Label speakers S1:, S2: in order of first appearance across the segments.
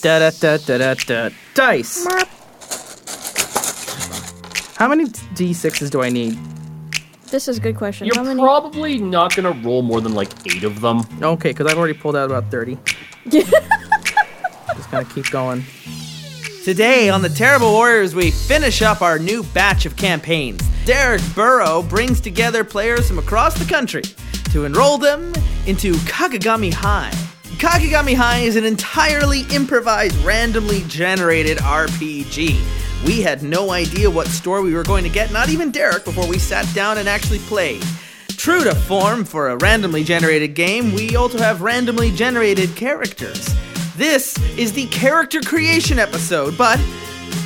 S1: Da da da da da da. Dice. How many d6s do I need?
S2: This is a good
S1: Mm.
S2: question.
S3: You're
S2: How many?
S3: probably not gonna roll more than like eight of them.
S1: Okay, because I've already pulled out about 30. Just gonna keep going.
S4: Today on the Terrible Warriors, we finish up our new batch of campaigns. Derek Burrow brings together players from across the country to enroll them into Kagagami High. Kagagami High is an entirely improvised, randomly generated RPG. We had no idea what store we were going to get, not even Derek, before we sat down and actually played. True to form for a randomly generated game, we also have randomly generated characters. This is the character creation episode, but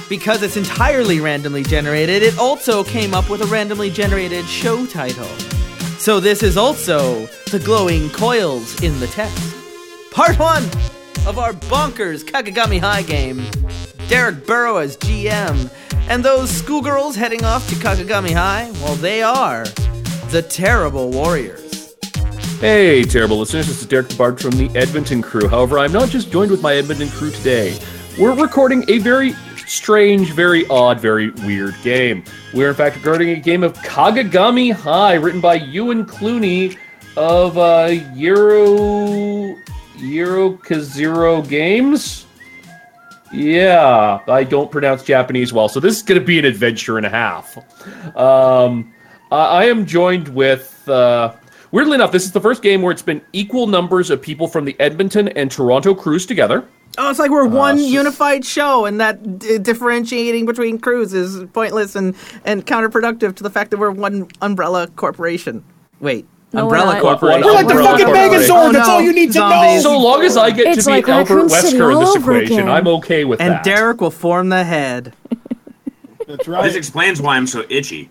S4: because it's entirely randomly generated, it also came up with a randomly generated show title. So this is also the glowing coils in the text. Part one of our bonkers Kagagami High game. Derek Burrow as GM, and those schoolgirls heading off to Kagagami High, well, they are the terrible warriors.
S3: Hey, terrible listeners, this is Derek the Bard from the Edmonton crew. However, I'm not just joined with my Edmonton crew today. We're recording a very strange, very odd, very weird game. We're, in fact, recording a game of Kagagami High, written by Ewan Clooney of uh, Euro. Euro Kazero Games? Yeah, I don't pronounce Japanese well, so this is going to be an adventure and a half. Um, I, I am joined with. Uh, weirdly enough, this is the first game where it's been equal numbers of people from the Edmonton and Toronto crews together.
S1: Oh, it's like we're one unified show, and that d- differentiating between crews is pointless and, and counterproductive to the fact that we're one umbrella corporation. Wait,
S2: No, we're
S1: umbrella
S2: not.
S1: corporation.
S3: We're like the
S1: Umbrella
S3: fucking
S1: corporation.
S5: Megazord,
S1: Oh,
S5: that's
S1: no,
S5: all you need to know.
S1: zombies.
S3: So long as I get
S2: It's
S3: to be
S2: like
S3: Albert
S2: Raccoon City
S3: Wesker in this
S2: all over
S3: equation,
S2: again.
S3: I'm okay with
S1: And
S3: that.
S1: Derek will form the head.
S5: That's
S6: This
S5: right.
S6: explains why I'm so itchy.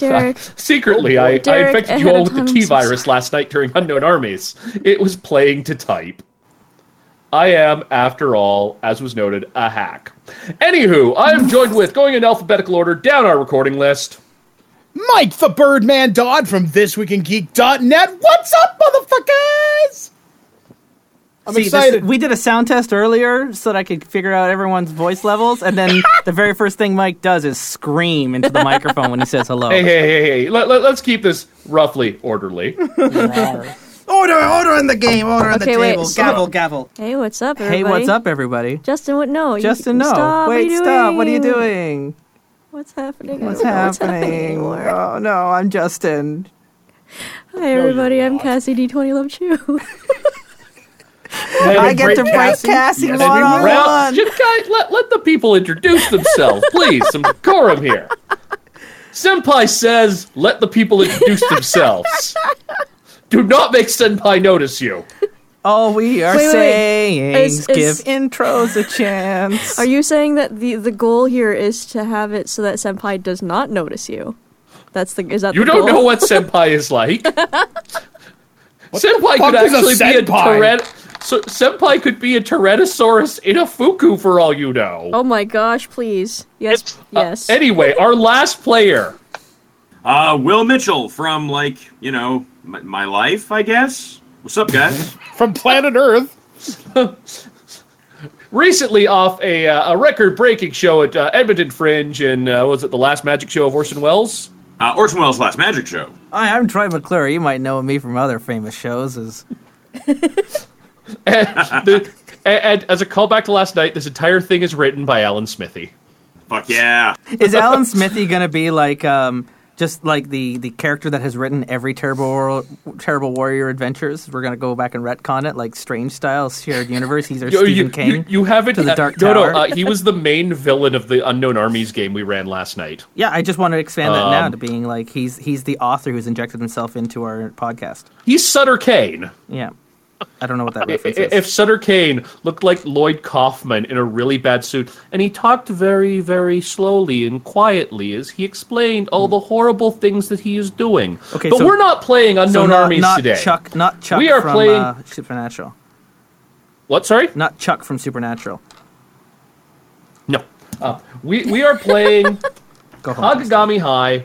S2: Derek.
S3: Secretly, I, I
S2: Derek
S3: infected you
S2: ahead
S3: all
S2: of
S3: with the
S2: time.
S3: T virus last night during Unknown Armies. It was playing to type. I am, after all, as was noted, a hack. Anywho, I am joined with, going in alphabetical order down our recording list,
S5: Mike the Birdman Dodd from thisweekingeek.net. What's up, motherfuckers? I'm
S1: See, this-
S5: excited.
S1: we did a sound test earlier so that I could figure out everyone's voice levels, and then the very first thing Mike does is scream into the microphone when he says hello.
S3: hey, hey, hey, hey, let, let, us keep this roughly orderly.
S4: Order, order in the game, order in
S2: Okay,
S4: the
S2: wait,
S4: table.
S2: so-
S4: gavel, gavel.
S2: Hey, what's up, everybody?
S1: Hey, what's up, everybody?
S2: Justin, what? No. you-
S1: Justin, no.
S2: Stop,
S1: Wait,
S2: what are you
S1: stop. What are you
S2: doing?
S1: doing?
S2: What's happening? I
S1: What's
S2: don't know what's
S1: happening?
S2: anymore.
S1: oh, no, I'm Justin.
S2: Hi, everybody. I'm Cassie D20 Love Chew.
S1: I get to break Cassie one on
S3: Round,
S1: one.
S3: just guys, let, let the people introduce themselves, please. Some decorum here. Senpai says, let the people introduce themselves. Do not make Senpai notice you.
S1: All we are
S2: Wait, wait, wait.
S1: saying
S2: Is-
S1: is give
S2: is-
S1: intros a chance.
S2: Are you saying that the the goal here is to have it so that Senpai does not notice you? That's the is that
S3: You
S2: the
S3: don't know
S2: goal?
S3: what Senpai is like. senpai
S5: fuck
S3: could
S5: is a
S3: actually be a
S5: senpai?
S3: Tyrann- so Senpai could be a Tyrannosaurus in a Fuku for all you know.
S2: Oh my gosh! Please, yes,
S3: It's-
S1: uh,
S2: yes.
S3: Anyway, our last player.
S6: Uh, Will Mitchell from like you know my, my life, I guess. What's up, guys?
S5: From planet Earth.
S3: recently off a, uh, a record-breaking show at uh, Edmonton Fringe, and uh, was it the last Magic Show of Orson Welles?
S6: Uh, Orson Welles' last magic show.
S1: Hi, I'm Troy McClure. You might know me from other famous shows. As
S3: And,
S1: Uh,
S3: the, and, and as a callback to last night, this entire thing is written by Alan Smithy.
S6: Fuck yeah!
S1: is Alan Smithy gonna be like um just like the the character that has written every terrible War- terrible warrior adventures? We're gonna go back and retcon it like Strange Style, shared universe. He's our
S3: You,
S1: Stephen
S3: you,
S1: King.
S3: you, you haven't
S1: to the
S3: uh,
S1: Dark
S3: no, no.
S1: Tower.
S3: Uh, he was the main villain of the Unknown Armies game we ran last night.
S1: yeah, I just want to expand that now
S3: Um,
S1: to being like he's he's the author who's injected himself into our podcast.
S3: He's Sutter Kane.
S1: Yeah, I don't know what that
S3: I-
S1: reference
S3: i-
S1: is.
S3: If Sutter Kane looked like Lloyd Kaufman in a really bad suit, and he talked very, very slowly and quietly as he explained all the horrible things that he is doing.
S1: Okay,
S3: but
S1: so-
S3: we're not playing Unknown
S1: so not,
S3: Armies
S1: not
S3: today.
S1: Chuck, not Chuck.
S3: We are
S1: from,
S3: playing-
S1: uh, Supernatural.
S3: What? Sorry?
S1: Not Chuck from Supernatural.
S3: No. Uh, we we are playing
S1: Go home.
S3: Kagagami High.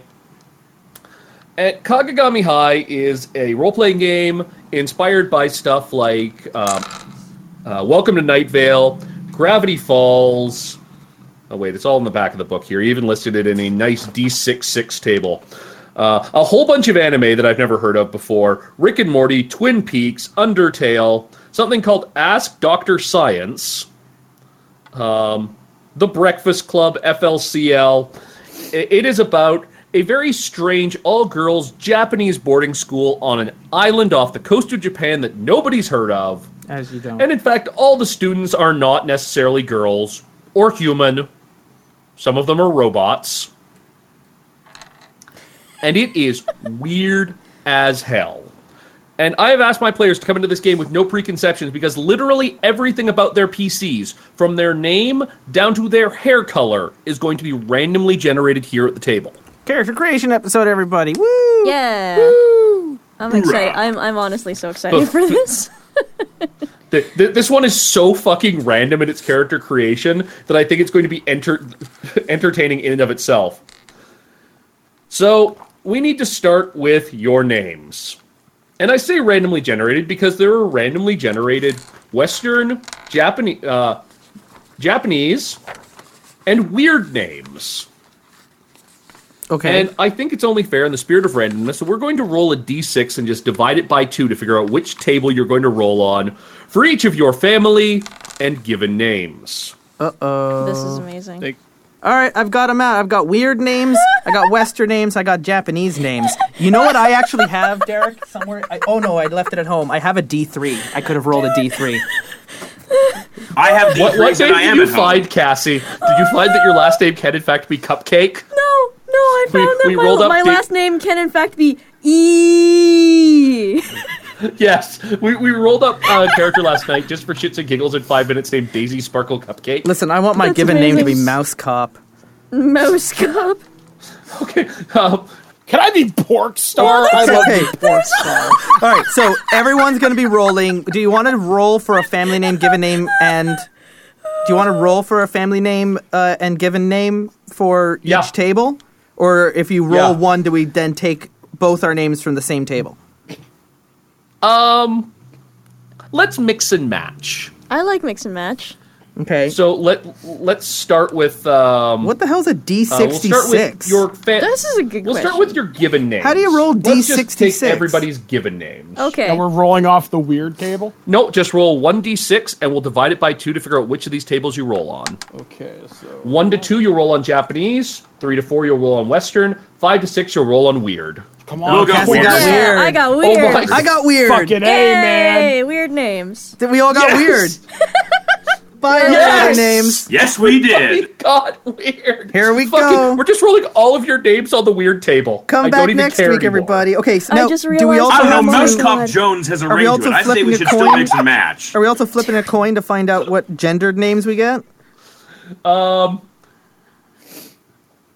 S3: And Kagagami High is a role playing game inspired by stuff like um, Uh, Welcome to Night Vale, Gravity Falls. Oh wait, it's all in the back of the book here. He even listed it in a nice D66 table. Uh, a whole bunch of anime that I've never heard of before: Rick and Morty, Twin Peaks, Undertale, something called Ask Doctor Science, um, The Breakfast Club, FLCL. I- It is about a very strange all-girls Japanese boarding school on an island off the coast of Japan that nobody's heard of.
S1: As you don't.
S3: And in fact, all the students are not necessarily girls or human. Some of them are robots. And it is weird as hell. And I have asked my players to come into this game with no preconceptions because literally everything about their PCs, from their name down to their hair color, is going to be randomly generated here at the table.
S1: Character creation episode, everybody. Woo!
S2: Yeah. I'm excited. I'm I'm honestly so excited for this.
S3: Th- th- this one is so fucking random in its character creation that I think it's going to be enter- entertaining in and of itself. So we need to start with your names. And I say randomly generated because there are randomly generated Western, Japanese, uh, Japanese, and weird names.
S1: Okay.
S3: And I think it's only fair in the spirit of randomness. So we're going to roll a d6 and just divide it by two to figure out which table you're going to roll on for each of your family and given names.
S2: this is amazing.
S5: Like,
S1: All right, I've got them out. I've got weird names. I got Western names. I got Japanese names. You know what I actually have, Derek? Somewhere. I, oh no, I left it at home. I have a D three. I could have rolled a D three.
S6: I have the
S3: What, what
S6: that
S3: name
S6: I
S3: did
S6: am
S3: you
S6: at home.
S3: find, Cassie? Did you find that your last name can in fact be Cupcake?
S2: No, no, I
S3: We-
S2: found that
S3: we
S2: my,
S3: rolled up
S2: my
S3: the-
S2: last name can in fact be E.
S3: Yes. We, we rolled up uh, a character last night just for shits and giggles in five minutes named Daisy Sparkle Cupcake.
S1: Listen, I want my
S2: That's
S1: given name to be
S2: amazing.
S1: Mouse Cop.
S2: Mouse cup.
S3: Okay. Um,
S5: can I be pork star? I love
S1: Okay.
S5: pork star.
S1: All right, so everyone's going to be rolling. Do you want to roll for a family name, given name, and do you want to roll for a family name uh, and given name for
S3: Yeah.
S1: each table, or if you roll
S3: Yeah.
S1: one, do we then take both our names from the same table?
S3: let's mix and match.
S2: I like mix and match.
S1: Okay.
S3: So let let's start with um,
S1: what the hell's a D
S3: Uh, we'll
S1: sixty
S3: start with
S1: six?
S3: your fa-
S2: This is a good
S3: We'll start
S2: question.
S3: with your given name.
S1: How do you roll D66?
S3: Everybody's given names.
S2: Okay.
S5: Now we're rolling off the weird table.
S3: No, just roll one d6 and we'll divide it by two to figure out which of these tables you roll on.
S5: Okay, so
S3: One to two, you'll roll on Japanese. Three to four, you'll roll on Western. Five to six, you'll roll on weird.
S5: come
S6: We'll
S5: on,
S6: go
S5: Cassie.
S1: Cassie got
S6: That's
S2: yeah,
S1: weird.
S2: I got weird.
S3: Oh my
S1: I got weird.
S5: fucking a man.
S2: Yay, weird names.
S1: Did we all got
S3: Yes!
S1: weird? By
S3: Yes!
S1: our names.
S6: Yes, we
S3: We
S6: did.
S3: got weird.
S1: Here we
S3: Fucking-
S1: go.
S3: We're just rolling all of your names on the weird table.
S1: Come
S3: I
S1: back
S3: don't even
S1: next week,
S3: care anymore.
S1: everybody. Okay. So
S2: I
S1: now,
S2: just
S1: do we
S2: realized
S1: also
S6: I don't
S1: have
S6: know.
S2: Oh my
S6: Mouse
S1: to-
S6: Cop
S2: God.
S6: Jones has a
S1: we
S6: ring to
S1: also
S6: it. I say
S1: flipping a
S6: we should still
S1: coin?
S6: mix and match.
S1: Are we also flipping a coin to find out what gendered names we get?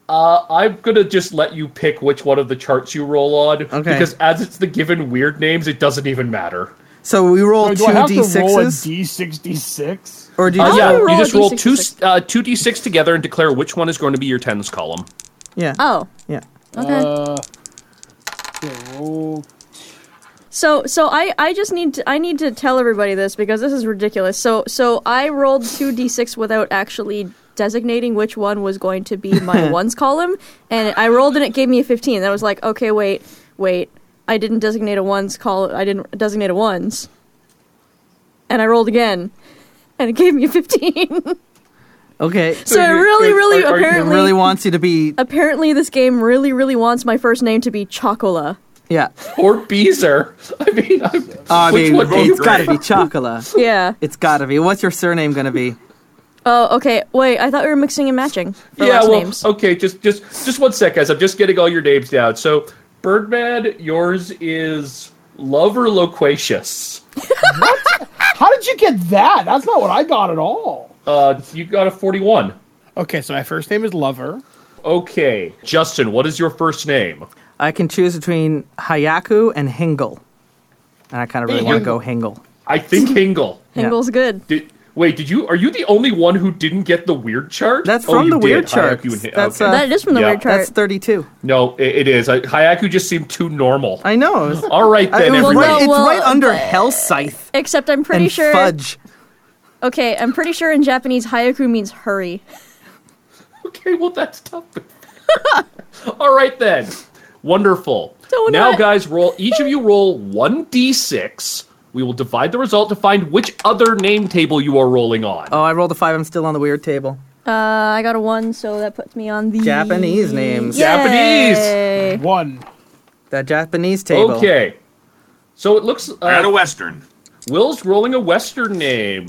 S3: I'm gonna just let you pick which one of the charts you roll on.
S1: Okay.
S3: Because as it's the given weird names, it doesn't even matter.
S1: So we roll
S5: So
S1: two
S5: do I have to roll a
S1: d6s,
S5: d66?
S1: or do you
S3: Uh,
S1: just
S3: yeah,
S1: roll?
S2: roll
S3: you
S2: a
S3: just roll
S2: D6
S3: two
S2: six.
S3: uh, two d6 together and declare which one is going to be your tens column.
S1: Yeah.
S2: Oh,
S1: Yeah.
S2: okay.
S5: Uh, okay, roll.
S2: so so I I just need to I need to tell everybody this because this is ridiculous. So so I rolled 2d6 without actually designating which one was going to be my ones column and I rolled and it gave me a 15. Then I was like, "Okay, wait. Wait. I didn't designate a ones call I didn't designate a ones." And I rolled again and it gave me a 15.
S1: Okay.
S2: So it really, really,
S3: Are- are you
S1: It
S2: apparently,
S1: really wants you to be.
S2: apparently, this game really, really wants my first name to be Chocola.
S1: Yeah.
S3: Or Beezer. I mean, I'm,
S1: Uh, I
S3: which
S1: mean,
S3: one do you
S1: it's got to
S3: pick?
S1: be Chocola.
S2: Yeah.
S1: It's got to be. What's your surname going to be?
S2: Oh, okay. Wait, I thought we were mixing and matching for
S3: Yeah,
S2: last
S3: well,
S2: names.
S3: okay, just just just one sec, guys. I'm just getting all your names down. So, Birdman, yours is Love or Loquacious.
S5: How did you get that? That's not what I got at all.
S3: Uh, you got a 41.
S5: Okay, so my first name is Lover.
S3: Okay, Justin, what is your first name?
S1: I can choose between Hayaku and Hingle, and I kind of really want to go
S5: Hingle.
S1: Hingle.
S3: I think Hingle.
S2: Hingle's good.
S3: Did, wait, did you? Are you the only one who didn't get the weird chart?
S1: That's
S3: Oh,
S1: from
S3: you
S1: the
S3: did.
S1: weird
S3: Hayaku
S1: charts.
S3: and Hin-
S1: That's,
S3: okay.
S1: uh,
S2: That is from the
S3: Yeah.
S2: weird chart.
S1: That's thirty-two.
S3: No, it, it is. I, Hayaku just seemed too normal.
S1: I know. It was-
S3: All right
S1: I-
S3: then,
S1: it was
S3: everybody.
S1: right, it's
S2: Well,
S1: right under
S2: but-
S1: Hellscythe
S2: Except I'm pretty
S1: and
S2: sure.
S1: Fudge.
S2: Okay, I'm pretty sure in Japanese, hayaku means hurry.
S3: Okay, well that's tough. All right then. Wonderful.
S2: Don't
S3: now
S2: I-
S3: guys roll each of you roll 1d6. We will divide the result to find which other name table you are rolling on.
S1: Oh, I rolled a five. I'm still on the weird table.
S2: Uh, I got a one, so that puts me on the
S1: Japanese names.
S3: Japanese!
S2: Yay.
S5: One.
S1: The Japanese table.
S3: okay. So it looks
S6: I got a
S3: uh,
S6: Western.
S3: Will's rolling a western name.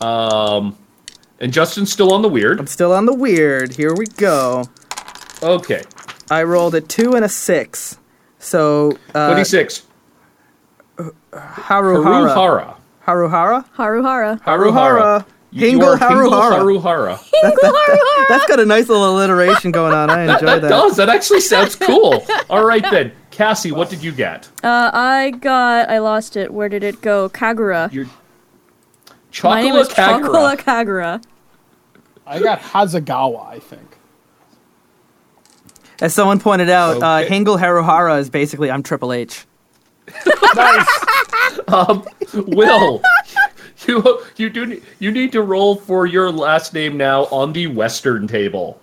S3: Um and Justin's still on the weird.
S1: Still on the weird. Here we go.
S3: Okay.
S1: I rolled a two and a six. So uh,
S3: 26.
S1: Haruhara.
S3: Haruhara.
S1: Haruhara.
S2: Haruhara.
S3: Haruhara. You- you are
S1: Hingle Haruhara.
S3: Hingle Haruhara.
S1: That's got a nice little alliteration going on. I enjoy
S3: that,
S1: that.
S3: does. That actually sounds cool. All right then, Cassie, what did you get?
S2: Uh, I got. I lost it. Where did it go? Kagura.
S3: Your
S2: My name is
S3: chocolate
S2: Chocola
S3: Kagura.
S2: Kagura.
S5: I got Hazagawa, I think.
S1: As someone pointed out, uh,
S3: Okay.
S1: Hingle Haruhara is basically I'm Triple H.
S3: Um, Will you you do you need to roll for your last name now on the Western table.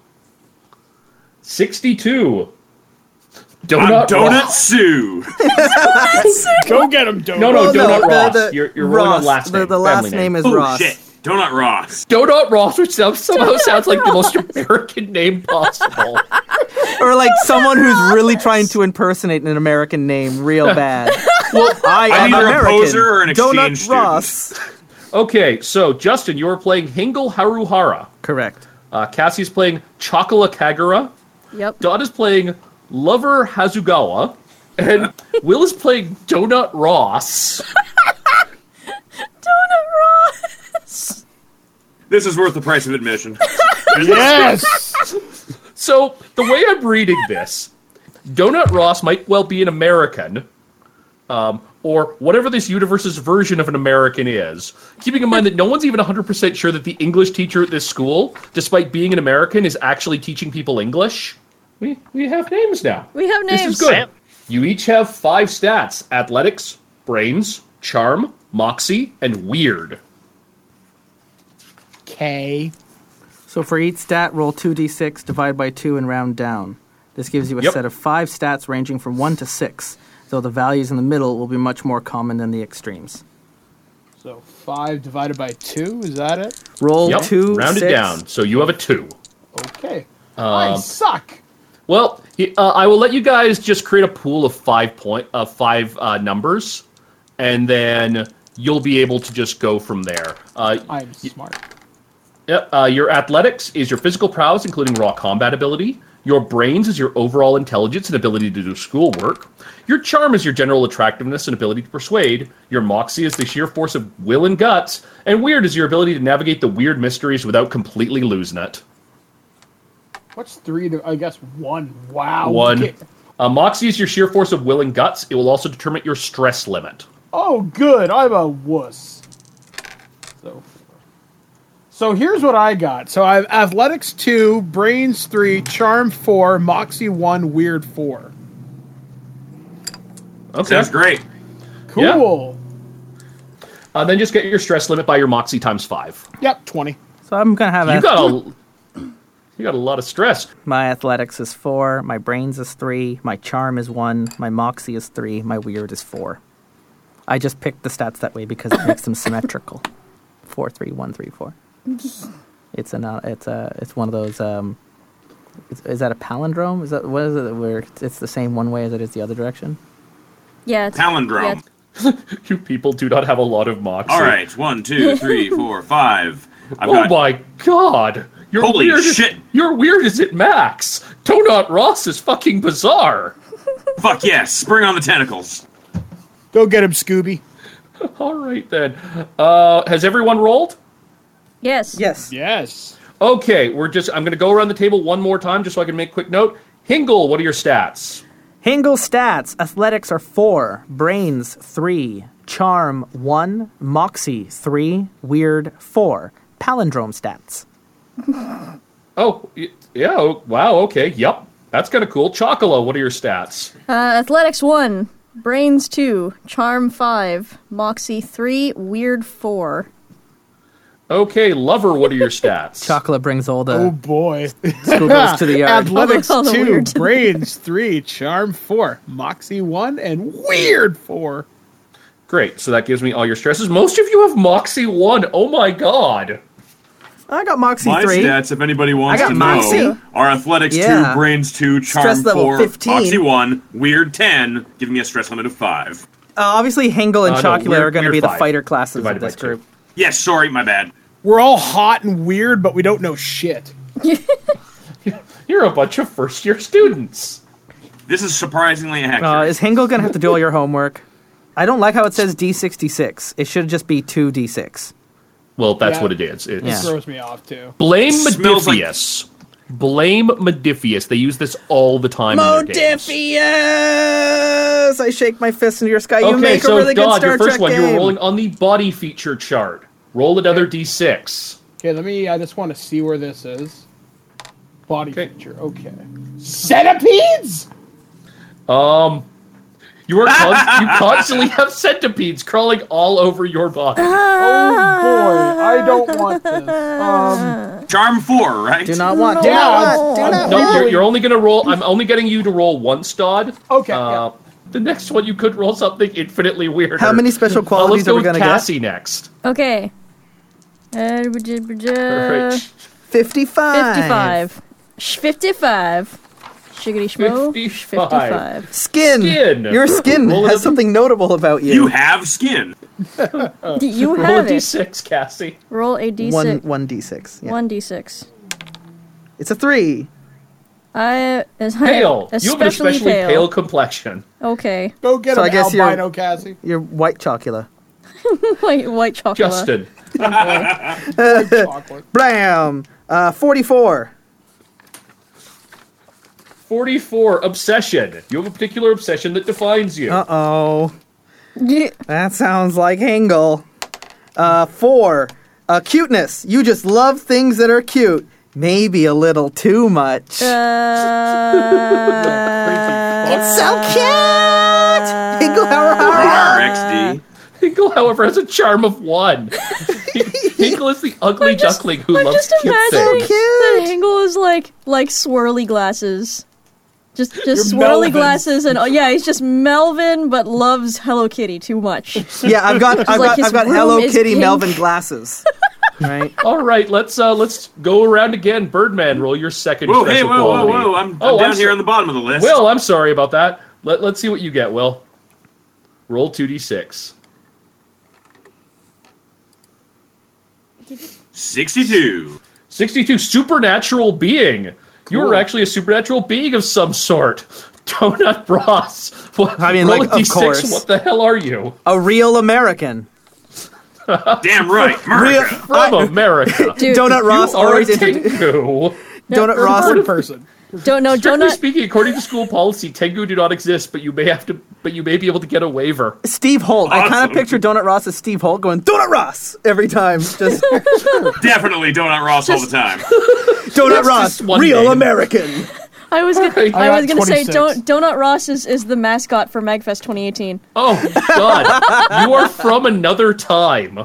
S3: Sixty-two.
S6: I'm
S3: Donut.
S6: Donut
S3: Ross.
S6: Sue.
S5: Go get him, Dodo.
S3: No, no,
S1: Oh,
S3: Donut
S1: no, the-
S3: Ross.
S1: the-
S3: you're you're rolling on
S1: Ross.
S3: last
S1: The,
S3: name.
S1: the last
S3: family
S1: name is
S6: oh
S1: Ross.
S6: shit, Donut Ross.
S3: Donut Ross, which sounds, somehow sounds like the most American name possible.
S1: Or like someone who's really trying to impersonate an American name real bad.
S3: well,
S1: I
S6: I'm
S1: am
S6: either a
S1: American.
S6: poser or an
S1: Donut
S6: exchange student.
S1: Ross.
S3: okay, so Justin, you are playing Hingle Haruhara.
S1: Correct.
S3: Uh, Cassie's playing Chocola Kagura.
S2: Yep.
S3: Dot is playing Lover Hazugawa. And Will is playing Donut Ross.
S2: Donut Ross.
S6: This is worth the price of admission.
S5: Yes!
S3: So the way I'm reading this, Donut Ross might well be an American, um, or whatever this universe's version of an American is. Keeping in mind that no one's even 100% sure that the English teacher at this school, despite being an American, is actually teaching people English. We, we have names now.
S2: We have names.
S3: This is good. You each have five stats athletics, brains, charm, moxie, and weird.
S5: K.
S1: So for each stat, roll 2d6, divide by 2, and round down. This gives you a
S3: Yep.
S1: set of five stats ranging from 1 to 6, though the values in the middle will be much more common than the extremes.
S5: So five divided by two, is that it?
S1: Roll
S3: Yep.
S1: 2,
S3: Round it
S1: six.
S3: down. So you have a two.
S5: Okay. I suck.
S3: Well, he- uh, I will let you guys just create a pool of five point uh, five uh, numbers, and then you'll be able to just go from there. Uh,
S5: I'm smart.
S3: Yep. Uh, your athletics is your physical prowess, including raw combat ability. Your brains is your overall intelligence and ability to do schoolwork. Your charm is your general attractiveness and ability to persuade. Your moxie is the sheer force of will and guts. And weird is your ability to navigate the weird mysteries without completely losing it.
S5: What's three? To, I guess one. Wow.
S3: One.
S5: Oh, Okay.
S3: Uh, moxie is your sheer force of will and guts. It will also determine your stress limit.
S5: Oh, good. I'm a wuss. So, so here's what I got. So I have athletics two, brains three, charm four, moxie one, weird four.
S3: Okay.
S6: Sounds great.
S5: Cool.
S3: Uh, then just get your stress limit by your moxie times five.
S5: Yep, twenty.
S1: So I'm going to have
S3: You
S1: a-
S3: got a, you got a lot of stress.
S1: my athletics is 4, my brains is 3, my charm is 1, my moxie is 3, my weird is 4. I just picked the stats that way because it makes them symmetrical. Four, three, one, three, four. It's a it's a it's one of those um is, is that a palindrome? Is that what is it where it's- it's the same one way as it is the other direction?
S2: Yeah. It's,
S6: Palindrome.
S2: yeah, it's-
S3: You people do not have a lot of moxie.
S6: All right, one, two, three, four, five. I've
S3: Oh
S6: got
S3: my god! Your
S6: Holy
S3: weird is-
S6: shit.
S3: your weird is at max. Donut Ross is fucking bizarre.
S6: fuck yes. Bring on the tentacles.
S5: Go get him, Scooby.
S3: All right then. Uh, has everyone rolled?
S2: Yes.
S1: Yes.
S5: Yes.
S3: Okay, we're just. I'm gonna go around the table one more time just so I can make a quick note. Hingle, what are your stats?
S1: Hingle stats: athletics are four, brains three, charm one, moxie three, weird four. Palindrome stats.
S3: Oh, y- yeah. oh, Wow. Okay. Yep. That's kind of cool. Chocola, what are your stats?
S2: Uh, athletics one, brains two, charm five, moxie three, weird four.
S3: Okay, Lover, what are your stats?
S1: Chocolate brings all
S5: Oh
S1: the
S5: boy.
S1: schoolgirls to the yard.
S5: Athletics
S2: All the- all the
S5: 2,
S2: weird.
S5: Brains 3, Charm 4, Moxie 1, and Weird 4.
S3: Great. So that gives me all your stresses. Most of you have Moxie 1. Oh my god.
S1: I got Moxie
S6: My
S1: three.
S6: stats, if anybody wants
S1: I got
S6: to
S1: Moxie.
S6: know, are athletics
S1: Yeah.
S6: two, brains two, charm
S1: Stress level
S6: four,
S1: 15.
S6: moxie one, weird ten, giving me a stress limit of five.
S1: Uh, obviously, Hengel and
S3: Uh, no,
S1: Chocolate
S3: we're-
S1: are going to
S3: we're
S1: be the
S3: five.
S1: fighter classes
S3: Divided
S1: of this
S3: by two.
S1: group.
S6: Yes, sorry, my bad.
S5: We're all hot and weird, but we don't know shit.
S3: You're a bunch of first year students.
S6: This is surprisingly accurate.
S1: Uh, is Hengel going to have to do all your homework? I don't like how it says D66. It should just be 2D6.
S3: Well, that's
S5: Yeah.
S3: what it is. It's
S1: Yeah.
S5: Throws me off, too.
S3: Blame
S6: Smells like-
S3: Modifius. Blame Modifius. They use this all the time. in their games.
S1: Modifius! I shake my fist into your sky. you
S3: Okay,
S1: make
S3: so
S1: a really
S3: Dodd,
S1: good Star
S3: your first
S1: Trek
S3: one,
S1: game.
S3: you're rolling on the body feature chart. Roll another d6.
S5: Okay, let me. I just want to see where this is. Body
S3: Okay.
S5: picture. Okay. Centipedes?
S3: Um, You are con- you constantly have centipedes crawling all over your body.
S1: Uh,
S5: Oh boy, I don't want this. Um,
S6: charm four, right?
S1: Uh, do not want. Do
S5: yeah,
S1: not want.
S5: I'm- I'm
S3: No, you're,
S5: really-
S3: you're only gonna roll. I'm only getting you to roll once, Dodd.
S5: Okay,
S3: Uh, The next one, you could roll something infinitely weirder.
S1: How many special
S3: Uh, let's
S1: qualities
S3: go
S1: are we
S3: with
S1: going to get?
S3: Cassie next.
S2: Okay. Uh, buj- buj-
S3: Alright.
S1: 55.
S2: 55. Sh- 55. Shiggity schmo.
S3: 55.
S2: 55.
S1: Skin.
S3: Skin.
S1: Your skin
S3: Roll
S1: has
S3: another-
S1: something notable about you.
S6: You have skin.
S2: D- you
S3: Roll a
S2: have it.
S3: d6, Cassie.
S2: Roll a d6.
S1: one, one D6. Yeah.
S2: 1d6.
S1: It's a three.
S2: I as I-
S3: Pale. You have an especially pale,
S2: pale.
S3: complexion.
S2: Okay.
S5: go get
S1: So
S5: him,
S1: I guess you're-
S5: albino Cassie.
S1: You're white Chocula.
S2: White, white chocolate.
S3: Justin.
S5: Chocolate.
S1: Blam! Uh, 44.
S3: 44 obsession you have a particular obsession that defines you
S1: Uh-oh.
S2: Yeah.
S1: That sounds like Hengel. Uh, four, uh, cuteness. You just love things that are cute. Maybe a little too much.
S2: Uh,
S1: it's so cute! Hengel, how
S6: Rawr,
S1: are Uh,
S6: XD.
S3: hinkle however has a charm of one hinkle is the ugly duckling who
S2: I'm
S3: loves
S2: just
S3: cute
S2: imagining
S3: things
S2: that Hingle is like like swirly glasses. Just just
S5: You're
S2: swirly
S5: Melvin.
S2: glasses and oh yeah, he's just Melvin but loves Hello Kitty too much.
S1: Yeah, I've got, I've
S2: like
S1: got,
S2: his
S1: I've got
S2: room
S1: Hello
S2: is
S1: Kitty
S2: pink.
S1: Melvin glasses. right?
S3: all right let's uh let's go around again birdman roll your second
S6: Whoa, hey,
S3: special
S6: whoa, whoa,
S3: quality.
S6: whoa! I'm,
S3: Oh,
S6: I'm down
S3: so-
S6: here on the bottom of the list.
S3: will i'm sorry about that Let, let's see what you get will roll 2d6
S6: sixty-two.
S3: 62 supernatural being you are actually a supernatural being of some sort donut bros What-
S1: I mean,
S3: roll
S1: like,
S3: a
S1: of
S3: d6
S1: course.
S3: what the hell are you
S1: A real American.
S6: Damn right,
S1: Real,
S6: America.
S3: from America.
S2: Dude,
S1: Donut Ross
S3: you are a
S1: always introdu-
S3: Tengu.
S1: Donut
S2: Or
S1: Ross.
S5: Third person.
S2: Don't know,
S3: Strictly
S2: donut
S3: speaking, according to school policy, Tengu do not exist, but you may have to, but you may be able to get a waiver.
S1: Steve Holt. I kind of
S6: Awesome.
S1: picture Donut Ross as Steve Holt going, Donut Ross! Every time. Just,
S6: Definitely Donut Ross all the time.
S1: Donut Ross,
S3: just one
S1: real
S3: name.
S1: American.
S2: I was gonna,
S3: Alright.
S2: I,
S5: I
S2: was
S5: got
S2: gonna say
S5: 26.
S2: don't, Donut Ross is, is the mascot for Magfest 2018.
S3: Oh God, you are from another time.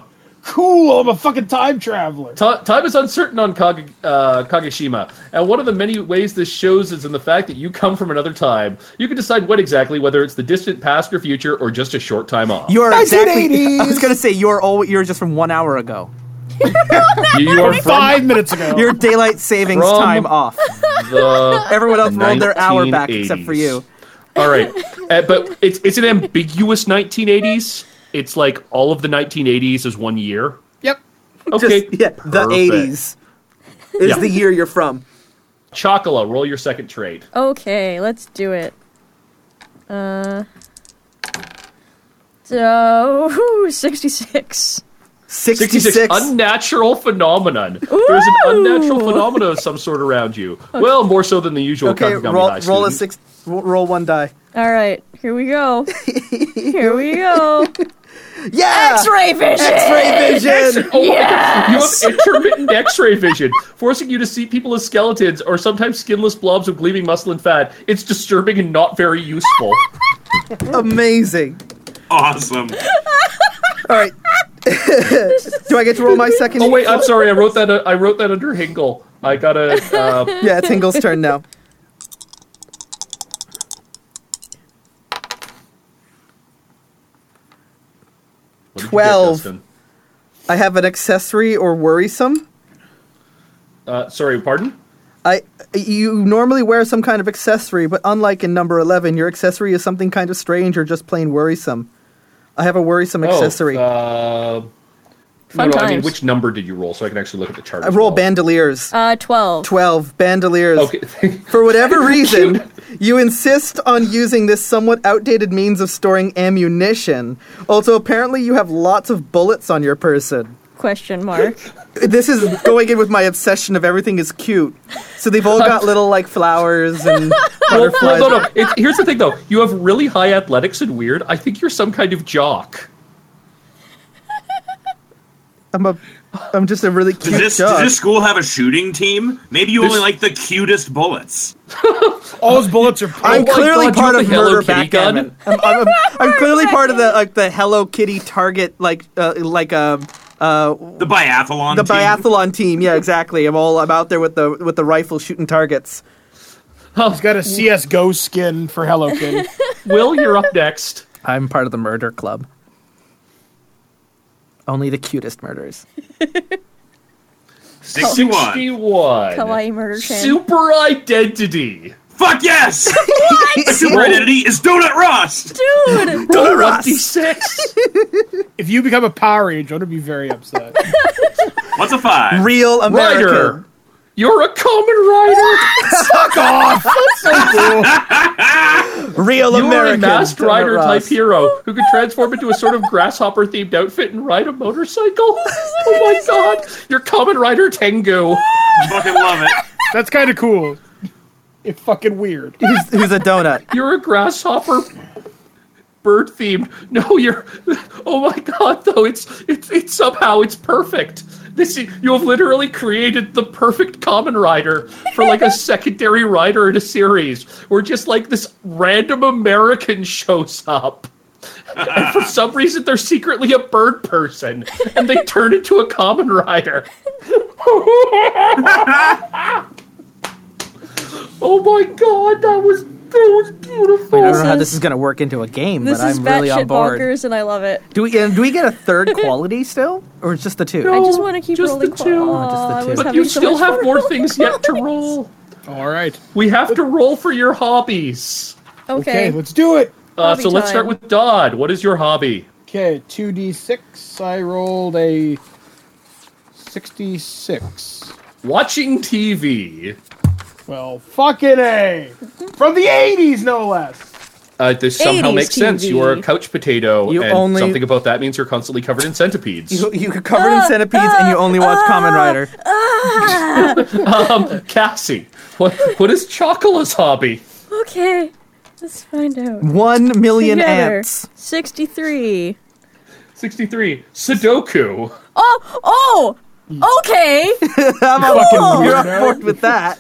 S5: Cool, I'm a fucking time traveler.
S3: Ti- time is uncertain on Kag- uh, Kagashima, and one of the many ways this shows is in the fact that you come from another time. You can decide what exactly, whether it's the distant past or future, or just a short time off.
S1: You're exactly. I
S5: 1980s.
S1: was gonna say you're all. You're just from one hour ago.
S3: You- you are from
S5: Five minutes ago.
S1: Your daylight savings
S3: From-
S1: time off.
S3: the
S1: Everyone else rolled their hour back except for
S3: 1980s.
S1: you.
S3: All right, Uh, but it's it's an ambiguous 1980s. It's like all of the 1980s is one year.
S5: yep.
S3: Okay,
S1: Just yeah, the
S3: perfect.
S1: '80s is
S3: Yeah.
S1: the year you're from.
S3: Chocola, roll your second trade.
S2: Okay, let's do it. Uh, so whew, 66.
S1: Sixty-six.
S3: 66 unnatural phenomenon. There's an unnatural
S2: Ooh.
S3: phenomenon of some sort around you. Well, more so than the usual.
S1: okay,
S3: Kakagami
S1: roll,
S3: High
S1: roll a
S3: student.
S1: six. ro- Roll one die.
S2: All right, here we go. Here we go.
S1: Yeah.
S2: X-ray vision.
S1: X-ray vision.
S3: Oh, You have intermittent X-ray vision, forcing you to see people as skeletons or sometimes skinless blobs of gleaming muscle and fat. It's disturbing and not very useful.
S1: Amazing.
S6: Awesome.
S1: All right. Do I get to roll my second?
S3: Oh wait, I'm sorry. I wrote that. Uh, I wrote that under Hinkle. I gotta. Uh,
S1: Yeah, it's Hingle's turn now.
S3: what did you get,
S1: Twelve.
S3: Dustin?
S1: I have an accessory or worrisome.
S3: Uh, sorry, pardon.
S1: I you normally wear some kind of accessory, but unlike in number eleven, your accessory is something kind of strange or just plain worrisome. I have a worrisome accessory.
S3: Oh, uh,
S2: Fun
S3: no, no, I mean,
S2: times.
S3: which number did you roll so I can actually look at the chart?
S1: I
S3: as
S1: roll
S3: well.
S1: bandoliers.
S2: Uh, 12.
S1: Twelve bandoliers.
S3: oh. Okay.
S1: For whatever reason, you insist on using this somewhat outdated means of storing ammunition. Also, apparently, you have lots of bullets on your person.
S2: Question mark.
S1: This is going in with my obsession of everything is cute. So they've all got little like flowers and
S3: Well,
S1: butterflies.
S3: no, no. It, here's the thing, though. You have really high athletics and weird. I think you're some kind of jock.
S1: I'm a, I'm just a really
S6: Does
S1: cute
S6: this,
S1: dog.
S6: does this school have a shooting team? Maybe you only like the cutest bullets.
S5: All those bullets are.
S1: I'm
S3: Oh my
S1: clearly
S3: God, you
S1: part
S3: have
S1: of
S3: a Hello
S1: murder
S3: Kitty
S1: backgammon. I'm, I'm, I'm, I'm clearly part of the like the Hello Kitty Target like uh, like a. Uh,
S6: The biathlon
S1: the
S6: team.
S1: biathlon team, yeah, exactly. I'm all I'm out there with the with the rifle shooting targets.
S5: He's got a CS:GO skin for Hello Kitty.
S3: Oh, Will, you're up next.
S4: I'm part of the murder club. Only the cutest murders.
S6: 61.
S3: Sixty-one.
S2: Kawaii murder chan.
S3: Super identity.
S6: Fuck yes! My super identity is Donut Rust!
S2: Dude!
S3: Twenty-six.
S5: if you become a Power Ranger, I'm gonna be very upset.
S6: What's a five?
S1: Real American.
S3: Rider. You're a common rider. Suck off.
S1: Real
S3: You are a
S1: American.
S3: masked
S1: Donut
S3: rider type
S1: Ross.
S3: hero who could transform into a sort of grasshopper themed outfit and ride a motorcycle. Oh my god. You're common rider Tengu.
S6: Fucking love it.
S5: That's kind of cool. It's fucking weird.
S1: Who's, who's a donut?
S3: You're a grasshopper bird themed. No, you're Oh my god though. It's it's it's somehow it's perfect. This is, you have literally created the perfect common rider for like a secondary rider in a series where just like this random American shows up. And for some reason they're secretly a bird person and they turn into a common rider. oh my god, that was that was beautiful.
S4: I don't know how
S2: is-
S4: this is going to work into a game,
S2: This
S4: but
S2: is
S4: I'm really
S2: batshit
S4: on board.
S2: bonkers and I love it.
S4: Do we and do we get a third quality still, or it's just the two?
S2: I
S3: No.
S2: just want to keep
S3: Just
S2: rolling
S3: the two.
S2: Aw,
S4: Oh, just the
S2: I
S4: two. But
S2: was
S3: But
S2: having
S3: you
S2: so
S3: still
S2: much
S3: have
S2: fun
S3: more
S2: rolling
S3: things yet to
S2: qualities.
S3: roll.
S5: All right.
S3: We have to roll for your hobbies.
S5: Okay,
S2: Okay.
S5: let's do it.
S3: Uh,
S2: Hobby
S3: so let's start
S2: time.
S3: with Dodd. What is your hobby?
S5: Okay, two d six. I rolled a sixty-six.
S3: Watching TV.
S5: Well, fucking a from the eighties, no less.
S3: Uh, this somehow
S2: 80s
S3: makes sense. You are a
S2: TV.
S3: couch potato,
S1: You
S3: and
S1: only-
S3: something about that means you're constantly covered in centipedes.
S1: You, you could cover it in centipedes and you only watch Common Rider.
S2: Ah,
S3: um, Cassie, what, what is Chocola's hobby?
S2: Okay. Let's find out.
S1: One million
S2: Together.
S1: ants.
S2: 63.
S3: 63. Sudoku.
S2: Oh! Oh! Okay!
S1: I'm on,
S5: Fucking
S1: you're on
S5: weirdo.
S1: board with that.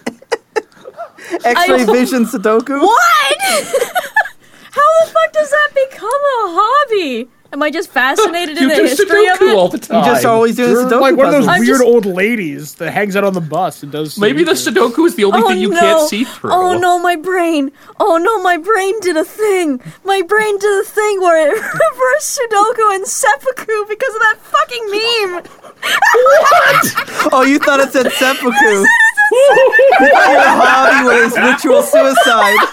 S1: X-ray
S2: I-
S1: vision Sudoku.
S2: What? How the fuck does that become a hobby? Am I just fascinated in
S3: you
S2: the
S3: do
S2: history
S3: Sudoku
S2: of it?
S3: all the time.
S1: You just always doing
S5: You're
S1: Sudoku
S5: like one of those
S1: puzzles.
S2: I
S5: weird
S2: just-
S5: old ladies that hangs out on the bus and does.
S3: Maybe the
S5: Sudoku.
S3: Sudoku is the only
S2: oh
S3: thing you
S2: no!
S3: can't see through.
S2: Oh no, my brain! Oh no, my brain did a thing! My brain did a thing where it reversed Sudoku and seppuku because of that fucking meme.
S1: Oh, you thought it said seppuku. you thought your hobby was ritual suicide.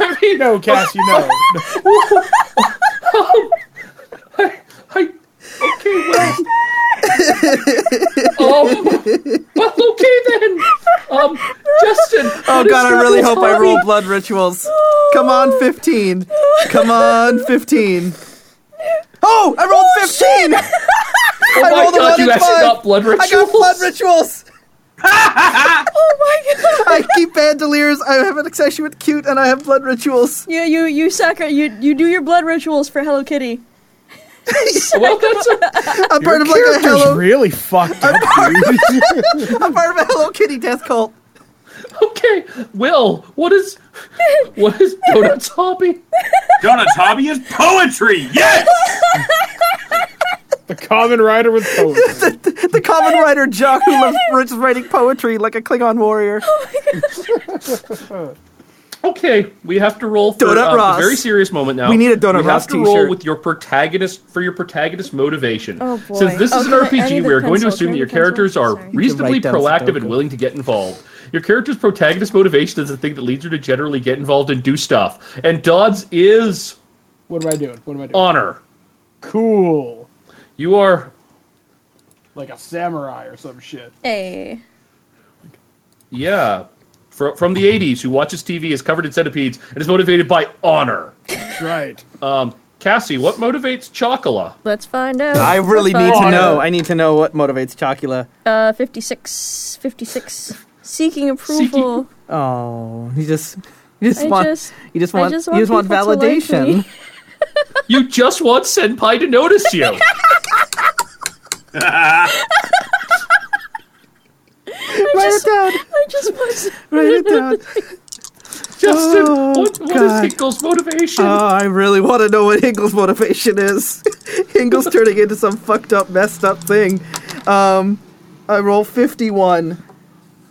S3: I mean,
S5: No, Cass, you know.
S3: I okay, well. um, well, okay then. Um, Justin.
S1: Oh god, I really hope I roll blood rituals. Come on, 15. Come on, 15. Oh, I rolled 15!
S3: Oh
S1: I
S3: my
S1: rolled a
S3: god,
S1: one
S3: you
S1: in
S3: actually
S1: five.
S3: got blood
S1: I
S3: rituals.
S1: got blood rituals! oh my god! I keep bandoliers, I have an obsession with cute, and I have blood rituals.
S2: You you you sacri- you you do your blood rituals for Hello Kitty.
S3: Well, that's a,
S1: I'm part
S5: Your
S1: of like a
S5: character's
S1: Hello
S5: really fucked up, dude.
S1: I'm part of a Hello Kitty death cult.
S3: okay. Will, what is what is Donut's hobby?
S6: Donut's hobby is poetry! Yes!
S5: The common rider with poetry.
S1: The common writer jock who loves who's writing poetry like a Klingon warrior.
S3: Okay, we have to roll for
S7: Donut
S3: uh,
S7: Ross.
S3: a very serious moment now.
S7: We need a Donut
S3: we
S7: Ross
S3: have to roll
S7: t-shirt.
S3: with your protagonist for your protagonist motivation.
S2: Oh, boy.
S3: Since this
S2: Oh,
S3: is an
S2: can I- I need
S3: RPG,
S2: the
S3: we are going to
S2: pencil. Can
S3: assume
S2: I
S3: that
S2: have
S3: your
S2: the pencil?
S3: characters are
S2: Sorry.
S3: reasonably
S1: You can write down
S3: proactive and
S1: Sudoku.
S3: willing to get involved. Your character's protagonist motivation is the thing that leads her to generally get involved and do stuff. And Dodd's is
S5: What am I doing? What am I doing?
S3: honor.
S5: cool.
S3: You are
S5: Like a samurai or some shit.
S2: Hey.
S3: yeah, from from
S7: Mm-hmm.
S3: the '80s who watches TV is covered in centipedes and is motivated by honor. Um,
S5: That's right.
S3: Cassie, what motivates Chocola?
S2: Let's find out.
S7: I
S2: Let's
S7: really
S2: find
S7: need to
S2: out.
S7: know. I need to know what motivates Chocula.
S2: Uh, 56. 56. Seeking approval.
S1: Oh, you just you just
S2: I
S1: want
S2: just-
S1: you just
S2: I
S1: want,
S2: just
S1: you just want
S2: want people to like
S1: validation.
S2: me.
S3: You just want Senpai to notice you.
S1: Write it down.
S2: I just want.
S1: Write it down.
S3: Justin,
S7: Oh,
S3: what, what is
S7: God.
S3: Hinkle's motivation?
S7: Oh, I really want to know what Ingle's motivation is. Ingle's turning into some fucked up, messed up thing. Um, I roll 51.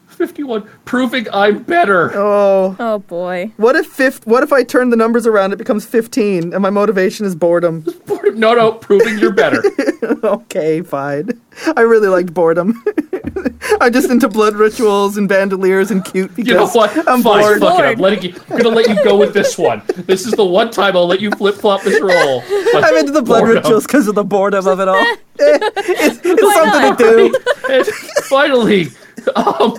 S3: 51, proving I'm better.
S7: Oh,
S2: Oh boy.
S7: what if fif- what if I turn the numbers around? It becomes 15, and my motivation is boredom.
S3: No, no, proving you're better.
S7: okay, fine. I really liked boredom. I'm just into blood rituals and bandoliers and cute because
S3: You know what?
S7: I'm
S3: Fine,
S7: bored.
S3: fuck it.
S2: Bored.
S3: I'm, letting you, I'm gonna let you go with this one. This is the one time I'll let you flip flop this roll. But
S7: I'm into the blood
S3: Boredom.
S7: rituals because of the boredom of it all. it's
S2: Why
S7: it's something
S2: not?
S7: to do.
S3: And finally, um,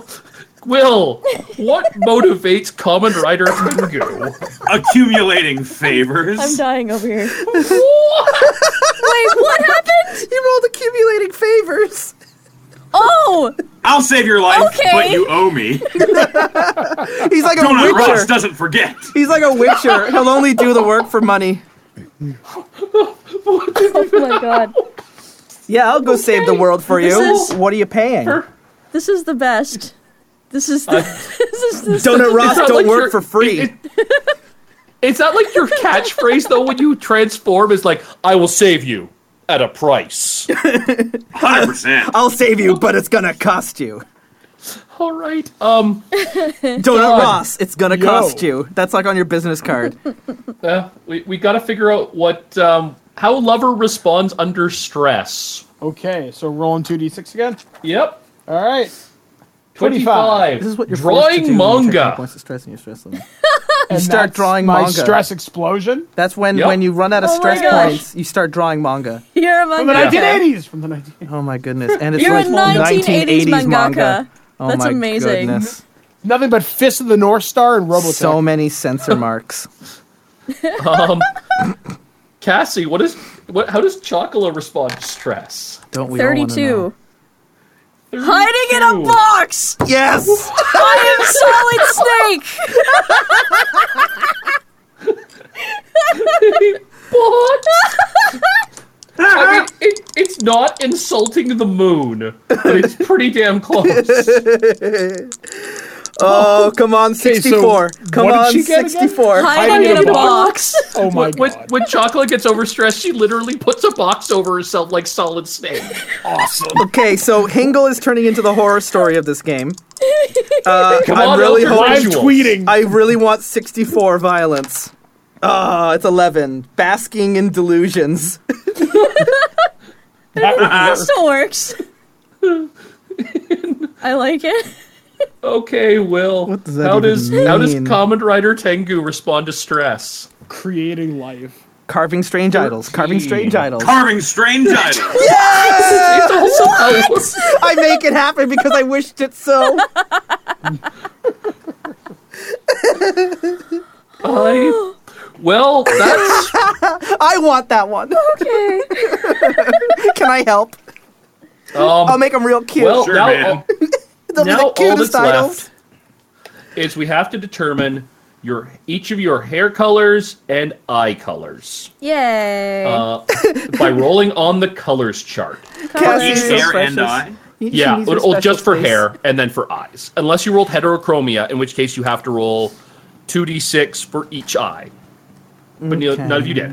S3: Will, what motivates Common Rider Mungu?
S6: Accumulating favors.
S2: I'm dying over here. Wait, what happened?
S7: You rolled accumulating favors.
S2: Oh!
S6: I'll save your life,
S2: Okay.
S6: but you owe me.
S7: He's like a
S6: Donut Ross
S7: witcher.
S6: doesn't forget.
S7: He's like a witcher. He'll only do the work for money.
S2: Oh my god.
S7: Yeah, I'll go save the world for you.
S2: This is-
S7: what are you paying?
S2: This is the best. This is the. this is the.
S7: Donut Ross
S3: It's not
S7: don't
S3: like
S7: work
S3: you're-
S7: for free.
S3: it- it- it's not like your catchphrase though when you transform is like, "I will save you at a price."
S6: 100%.
S7: I'll save you, but it's gonna cost you.
S3: All right. Um.
S7: Donut Ross, it's gonna cost you. That's like on your business card.
S3: uh, we we got to figure out what um how lover responds under stress.
S5: Okay, so rolling 2d6 again.
S3: Yep.
S5: All right.
S3: 25.
S1: This is what you're forced to do
S3: drawing
S1: when you're taking
S3: manga.
S1: Points of stress and your stress level.
S5: And
S7: start
S5: that's
S7: drawing
S5: my
S7: manga.
S5: stress explosion
S1: That's when
S3: Yep.
S1: when you run out of
S2: Oh my
S1: stress
S2: gosh.
S1: points, you start drawing manga.
S2: You're a
S5: from the
S2: manga.
S3: Yeah.
S5: 1980s. From the 1980s.
S1: Oh my goodness! And it's
S2: You're
S1: like
S2: a 1980s
S1: 1980s manga.
S2: mangaka.
S1: Oh
S2: That's
S1: my
S2: amazing.
S1: goodness!
S5: Nothing but Fist of the North Star and Robotech.
S1: So many censor marks.
S3: Um. Cassie, what is what? How does Chocola respond to stress?
S1: Don't we all wanna know?
S2: 32. Hiding in a
S3: 32.
S2: box!
S7: yes!
S2: I am Solid Snake!
S3: What? I mean, it, it's not insulting the moon, but it's pretty damn close.
S7: Oh, come on, 64. come
S5: what did
S7: on,
S5: she get again?
S7: 64.
S2: Hiding in a box!
S5: oh my
S3: when, when,
S5: god.
S3: when Chocolate gets overstressed, she literally puts a box over herself like Solid Snake.
S5: awesome.
S7: Okay, so Hingle is turning into the horror story of this game. Uh,
S3: Come
S7: I'm
S3: on,
S7: really
S3: Elder
S7: hoping
S5: Live
S3: visuals.
S5: tweeting.
S7: I really want 64 violence. Ah, it's 11. Basking in delusions.
S5: That would
S2: It still works. I like it.
S3: Okay, Will. What
S7: does that
S3: how
S7: even
S3: does how does
S7: mean?
S3: Common Rider Tengu respond to stress?
S5: be creating life.
S1: Carving strange idols. Carving strange idols.
S6: Carving strange items.
S3: It's also how-
S7: I make it happen because I wished it so.
S3: I- well, that's
S7: I want that one.
S2: Okay.
S7: Can I help? I'll
S3: um,
S7: make them real cute.
S3: well
S6: Sure,
S3: now, uh,
S6: man.
S3: all-
S7: They'll be
S3: now
S7: the
S3: all that's
S7: cutest idols.
S3: left is we have to determine your each of your hair colors and eye colors
S2: Yay.
S3: uh, by rolling on the colors chart.
S6: Each
S7: She's so
S6: hair
S7: precious.
S6: and eye.
S3: Yeah, or, or just for hair and then for eyes, unless you rolled heterochromia, in which case you have to roll two d6 for each eye. but neither-
S1: Okay.
S3: none of you did.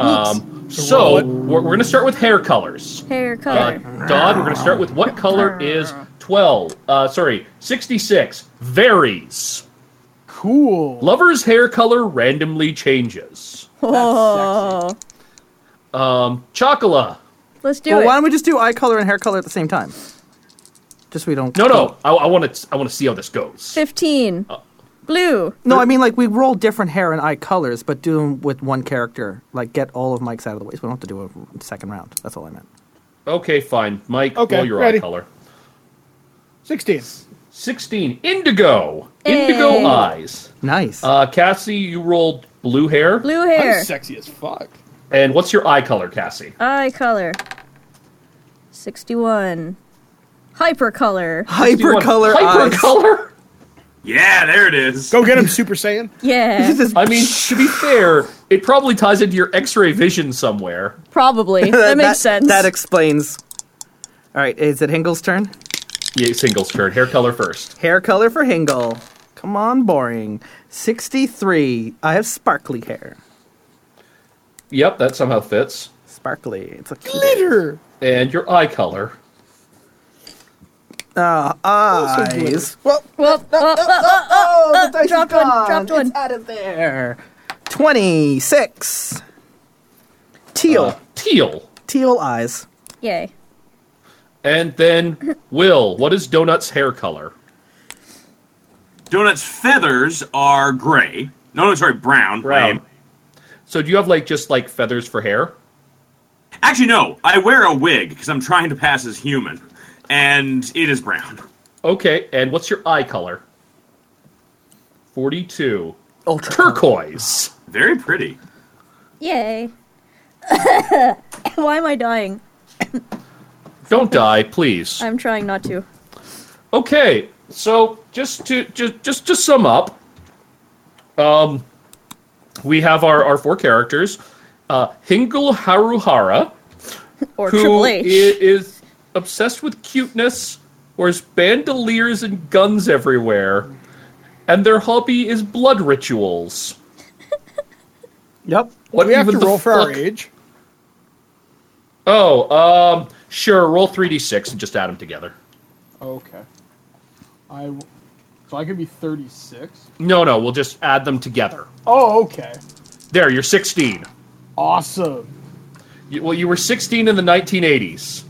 S3: Um, so we're, we're going to start with hair colors.
S2: Hair color.
S3: Uh, Don, we're going to start with what color is 12? Uh, sorry, 66. Varies.
S5: Cool.
S3: Lover's hair color randomly changes.
S2: oh,
S3: Um, Chocola.
S2: let's do
S1: Well,
S2: it.
S1: why don't we just do eye color and hair color at the same time? Just so we don't.
S3: No, no. I, I want to. I want to see how this goes.
S2: Fifteen.
S3: Oh.
S2: Blue.
S1: No, I mean like we roll different hair and eye colors, but do them with one character. Like get all of Mike's out of the way. So we don't have to do a second round. That's all I meant.
S3: Okay, fine. Mike,
S5: Okay,
S3: roll your
S5: ready.
S3: eye color.
S5: 16.
S3: 16. Indigo. Indigo
S2: Hey.
S3: eyes.
S1: Nice.
S3: Uh, Cassie, you rolled blue hair.
S2: Blue
S5: I'm
S2: hair.
S5: sexy as fuck.
S3: And what's your eye color, Cassie?
S2: Eye color. Sixty-one. Hyper color.
S7: Hypercolor eyes.
S3: Hypercolor?
S6: Yeah, there it is.
S5: Go get him, Super Saiyan.
S2: Yeah.
S7: This is-
S3: I mean, to be fair, it probably ties into your X-ray vision somewhere.
S2: Probably. That makes sense.
S7: That explains.
S1: all right, is it Hingle's turn?
S3: Yeah, singles turn. Hair color first.
S1: Hair color for Hingle. Come on, boring. Sixty-three. I have sparkly hair.
S3: Yep, that somehow fits.
S1: Sparkly. It's a
S5: Glitter.
S3: And your eye color.
S1: eyes. Well,
S2: Whoa, whoa, whoa, whoa, whoa.
S1: oh, the dice
S2: dropped
S1: is
S2: one,
S1: gone.
S2: dropped one.
S1: It's out of there. Twenty-six. Teal.
S3: Uh, teal.
S1: Teal eyes.
S2: Yay.
S3: And then Will, what is Donut's hair color?
S6: Donut's feathers are gray. No, no, sorry, brown. Um,
S3: Brown.
S6: I am-
S3: So do you have like just like feathers for hair?
S6: Actually, no. I wear a wig because I'm trying to pass as human, and it is brown.
S3: Okay, and what's your eye color? 42.
S1: Ultra.
S3: Turquoise.
S6: Very pretty.
S2: Yay. Why am I dying?
S3: Don't die, please.
S2: I'm trying not to.
S3: Okay, so just to just just to sum up, um, we have our our four characters, uh, Hingle Haruhara,
S2: Or
S3: who
S2: Triple
S3: i-
S2: H.
S3: is obsessed with cuteness, wears bandoliers and guns everywhere, and their hobby is blood rituals.
S1: Yep.
S3: What
S5: Do we have to
S3: even the
S5: roll for our
S3: fuck-
S5: age?
S3: Oh, um, sure. Roll three d six and just add them together.
S5: Okay. I. w- So I could be 36.
S3: No, no, we'll just add them together.
S5: Oh, okay.
S3: There, you're sixteen.
S5: Awesome.
S3: You, well, you were sixteen in the nineteen eighties.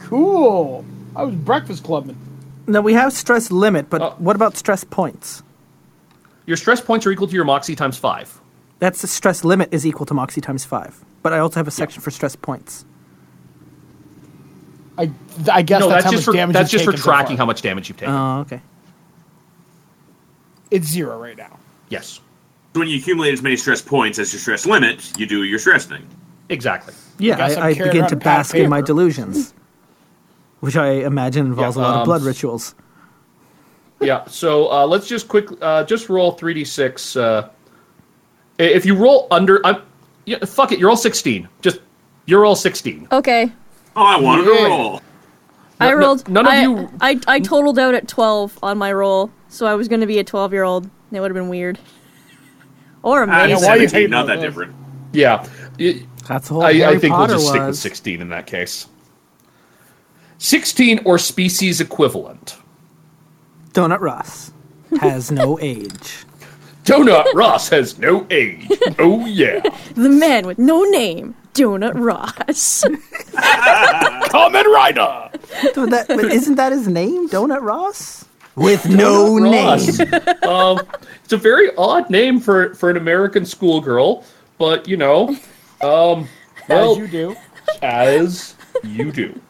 S5: Cool. I was breakfast clubman.
S1: No, we have stress limit, but
S3: Oh.
S1: what about stress points?
S3: Your stress points are equal to your moxie times five.
S1: That's the stress limit is equal to moxie times five. But I also have a section for stress points.
S5: I, I guess
S3: no, that's,
S5: that's, how
S3: just
S5: much
S3: for
S5: damage
S3: that's
S5: you've
S3: just for
S5: taken so far. Uh-huh.
S3: tracking how much damage you've taken.
S1: Oh, okay.
S5: It's zero right now.
S3: yes,
S6: When you accumulate as many stress points as your stress limit, you do your stress thing.
S3: exactly.
S1: Yeah,
S5: guess I'm
S1: I, I
S5: carrying
S1: begin
S5: around
S1: to
S5: a pad of
S1: bask in my
S5: paper.
S1: delusions, which I imagine involves
S3: Yeah,
S1: a lot
S3: um,
S1: of blood rituals.
S3: yeah. So uh, let's just quick uh, just roll three d six. If you roll under, I'm yeah, fuck it. You're all sixteen. Just you're all sixteen.
S2: Okay.
S6: Oh, I wanted
S5: Yeah.
S6: to roll.
S2: I
S3: no-
S2: rolled.
S3: none of
S2: I,
S3: you-
S2: I, I totaled out at 12 on my roll, so I was going to be a 12 year old. It would have been weird. Or
S6: I
S2: amazing.
S6: had
S5: why you hating
S6: 17, not
S5: on
S6: that
S5: those?
S6: different.
S3: Yeah, I-
S1: That's the whole
S3: I,
S1: Harry
S3: I think we'll
S1: Potter
S3: just stick with
S1: was.
S3: sixteen in that case. Sixteen or species equivalent.
S1: Donut Ross has no age.
S3: Donut Ross has no age. Oh yeah.
S2: the man with no name, Donut Ross.
S3: Common Rider.
S1: Don't that- but isn't that his name, Donut Ross? With no
S3: Ross. um, it's a very odd name for for an American schoolgirl, but you know, um, well,
S5: As you do.
S3: as you do.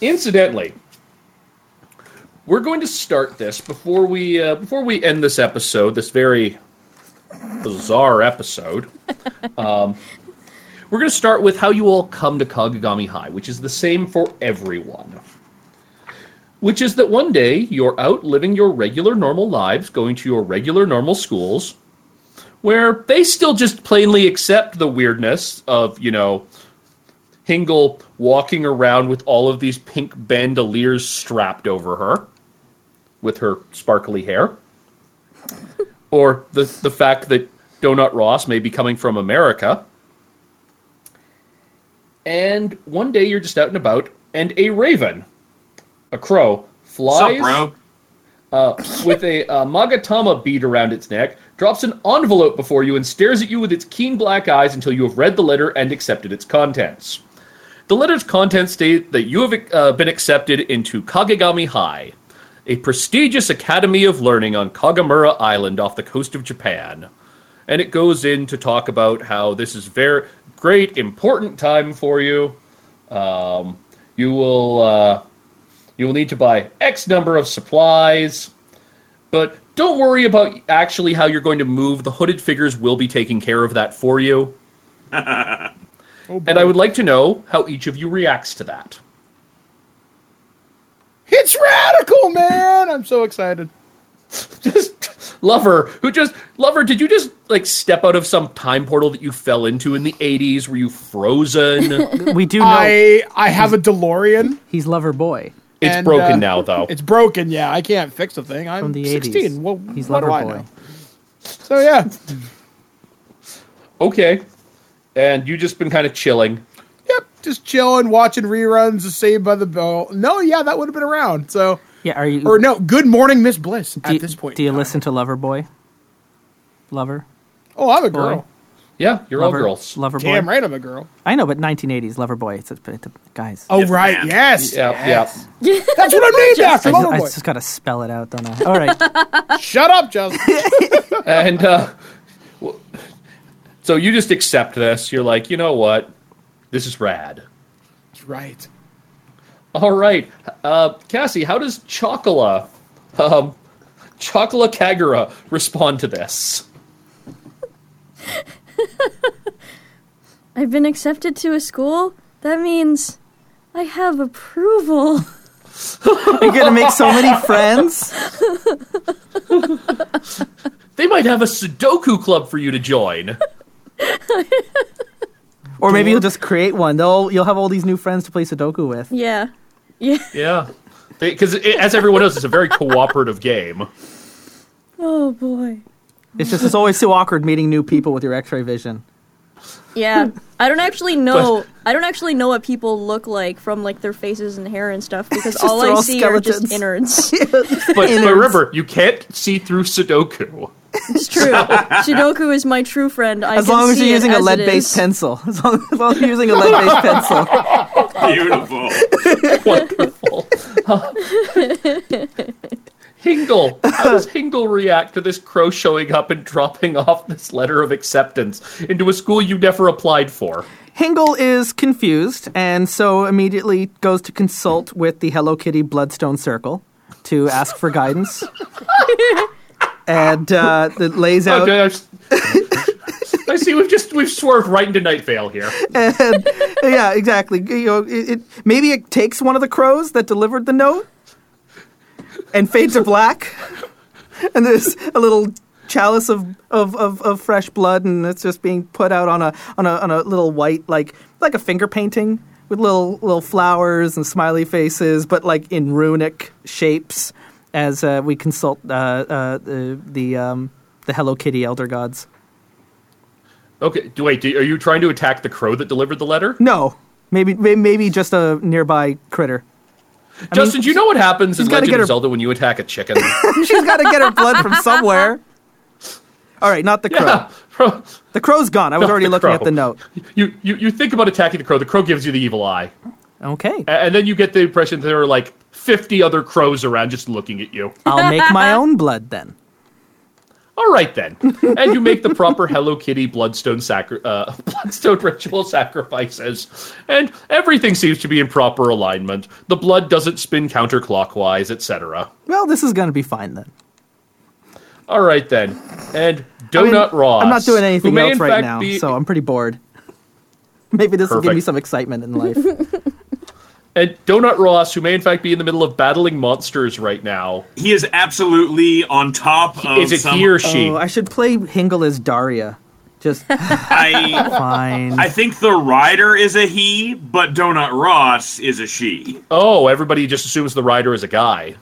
S3: Incidentally, we're going to start this before we uh, before we end this episode. This very bizarre episode. Um, we're going to start with how you all come to Kagagami High, which is the same for everyone. Which is that one day you're out living your regular normal lives, going to your regular normal schools, where they still just plainly accept the weirdness of, you know, Hingle walking around with all of these pink bandoliers strapped over her with her sparkly hair. or the the fact that Donut Ross may be coming from America. And one day you're just out and about, and a raven, a crow,
S6: Sup,
S3: flies
S6: bro?
S3: with a uh, Magatama bead around its neck, drops an envelope before you, and stares at you with its keen black eyes until you have read the letter and accepted its contents. The letter's contents state that you have uh, been accepted into Kagegami High, a prestigious academy of learning on Kagamura Island off the coast of Japan. And it goes in to talk about how this is very great, important time for you. Um, you will uh, you will need to buy X number of supplies. But don't worry about actually how you're going to move. The hooded figures will be taking care of that for you.
S5: Oh,
S3: and I would like to know how each of you reacts to that.
S5: It's radical, man! I'm so excited.
S3: Just Lover, who just Lover, did you just like step out of some time portal that you fell into in the 80s? Were you frozen?
S8: We do know
S5: I I have a DeLorean.
S8: he's lover boy.
S3: it's
S5: And,
S3: broken
S5: uh,
S3: now though.
S5: It's broken. Yeah, I can't fix the thing. I'm
S8: From the
S5: 16.
S8: 80s.
S5: Well,
S8: He's
S5: what do I
S8: Loverboy.
S5: know? So yeah,
S3: okay. And you just been kind of chilling.
S5: yep. Just chilling, watching reruns of Saved by the Bell. No, yeah, that would have been around. So
S8: Yeah, are you
S5: or no, Good Morning Miss Bliss
S8: do,
S5: at this point.
S8: Do you
S5: in time.
S8: listen to Lover Boy? Lover?
S5: Oh, I'm a
S8: Boy?
S5: girl.
S3: Yeah, you're
S8: Lover,
S3: all girls.
S8: Lover Boy.
S5: Damn right, I'm a girl.
S8: I know, but 1980s Lover Boy. It's, it's, it's, guys.
S5: Oh
S6: Yes,
S5: right,
S6: ma'am.
S5: yes.
S3: Yeah, yeah.
S5: That's what I'm named
S8: I,
S5: after.
S8: ju- I
S5: Loverboy.
S8: just gotta spell it out, don't I? All right.
S5: Shut up, Justin.
S3: and uh, w- so you just accept this. You're like, you know what? This is rad.
S5: That's right.
S3: All right, uh, Cassie, how does Chocola, um, Chocola Kagura, respond to this?
S2: I've been accepted to a school. That means I have approval.
S1: You're gonna make so many friends.
S3: They might have a Sudoku club for you to join.
S1: Or maybe you'll just create one. They'll you'll have all these new friends to play Sudoku with.
S2: Yeah. Yeah.
S3: Yeah, because as everyone knows, it's a very cooperative game.
S2: Oh boy.
S1: It's just it's always so awkward meeting new people with your X-ray vision.
S2: Yeah. I don't actually know. I don't actually know what people look like from like their faces and hair and stuff because all
S1: they're
S2: I
S1: all
S2: see are
S1: skeletons.
S2: just innards.
S3: But, but remember, you can't see through Sudoku.
S2: It's true. Sudoku is my true friend. I
S1: As
S2: can
S1: long as
S2: see
S1: you're
S2: it
S1: using a
S2: as it
S1: lead-based
S2: is.
S1: pencil. As long, as long as you're using a lead-based pencil.
S6: Beautiful.
S3: Wonderful. Hingle, how does Hingle react to this crow showing up and dropping off this letter of acceptance into a school you never applied for?
S1: Hingle is confused and so immediately goes to consult with the Hello Kitty Bloodstone Circle to ask for guidance. and uh, it lays out
S3: Okay, I've s- I see we've just we've swerved right into Night Vale here.
S1: yeah, exactly. You know, it, it, maybe it takes one of the crows that delivered the note and fades to black, and there's a little chalice of, of, of, of fresh blood, and it's just being put out on a on a on a little white like like a finger painting with little little flowers and smiley faces, but like in runic shapes. As uh, we consult uh, uh, the the, um, the Hello Kitty elder gods.
S3: Okay, do, wait, do, are you trying to attack the crow that delivered the letter?
S1: No, maybe may- maybe just a nearby critter.
S3: Justin, do you know what happens in
S1: gotta
S3: Legend
S1: get
S3: of
S1: her-
S3: Zelda when you attack a chicken?
S1: She's got to get her blood from somewhere. All right, not the crow.
S3: yeah.
S1: The crow's gone. I was
S3: Not
S1: already
S3: the
S1: looking at
S3: crow.
S1: the note.
S3: You, you you think about attacking the crow, the crow gives you the evil eye.
S8: Okay.
S3: A- And then you get the impression there are like 50 other crows around just looking at you.
S8: I'll make my own blood then.
S3: All right then, and you make the proper Hello Kitty bloodstone sacri- uh, bloodstone ritual sacrifices, and everything seems to be in proper alignment. The blood doesn't spin counterclockwise, etc.
S1: Well, this is going to be fine then.
S3: All right then, and
S1: I mean,
S3: Donut Ross.
S1: I'm not doing anything
S3: who may
S1: else
S3: in
S1: right
S3: fact
S1: now,
S3: be-
S1: so I'm pretty bored. Maybe this will give me
S3: Perfect.
S1: some excitement in life.
S3: and Donut Ross, who may in fact be in the middle of battling monsters right now,
S6: he is absolutely on top of
S3: is it
S6: some,
S3: he or she?
S1: oh, I should play Hingle as Daria. Just
S6: I,
S1: fine.
S6: I think the rider is a he, but Donut Ross is a she.
S3: oh, everybody just assumes the rider is a guy.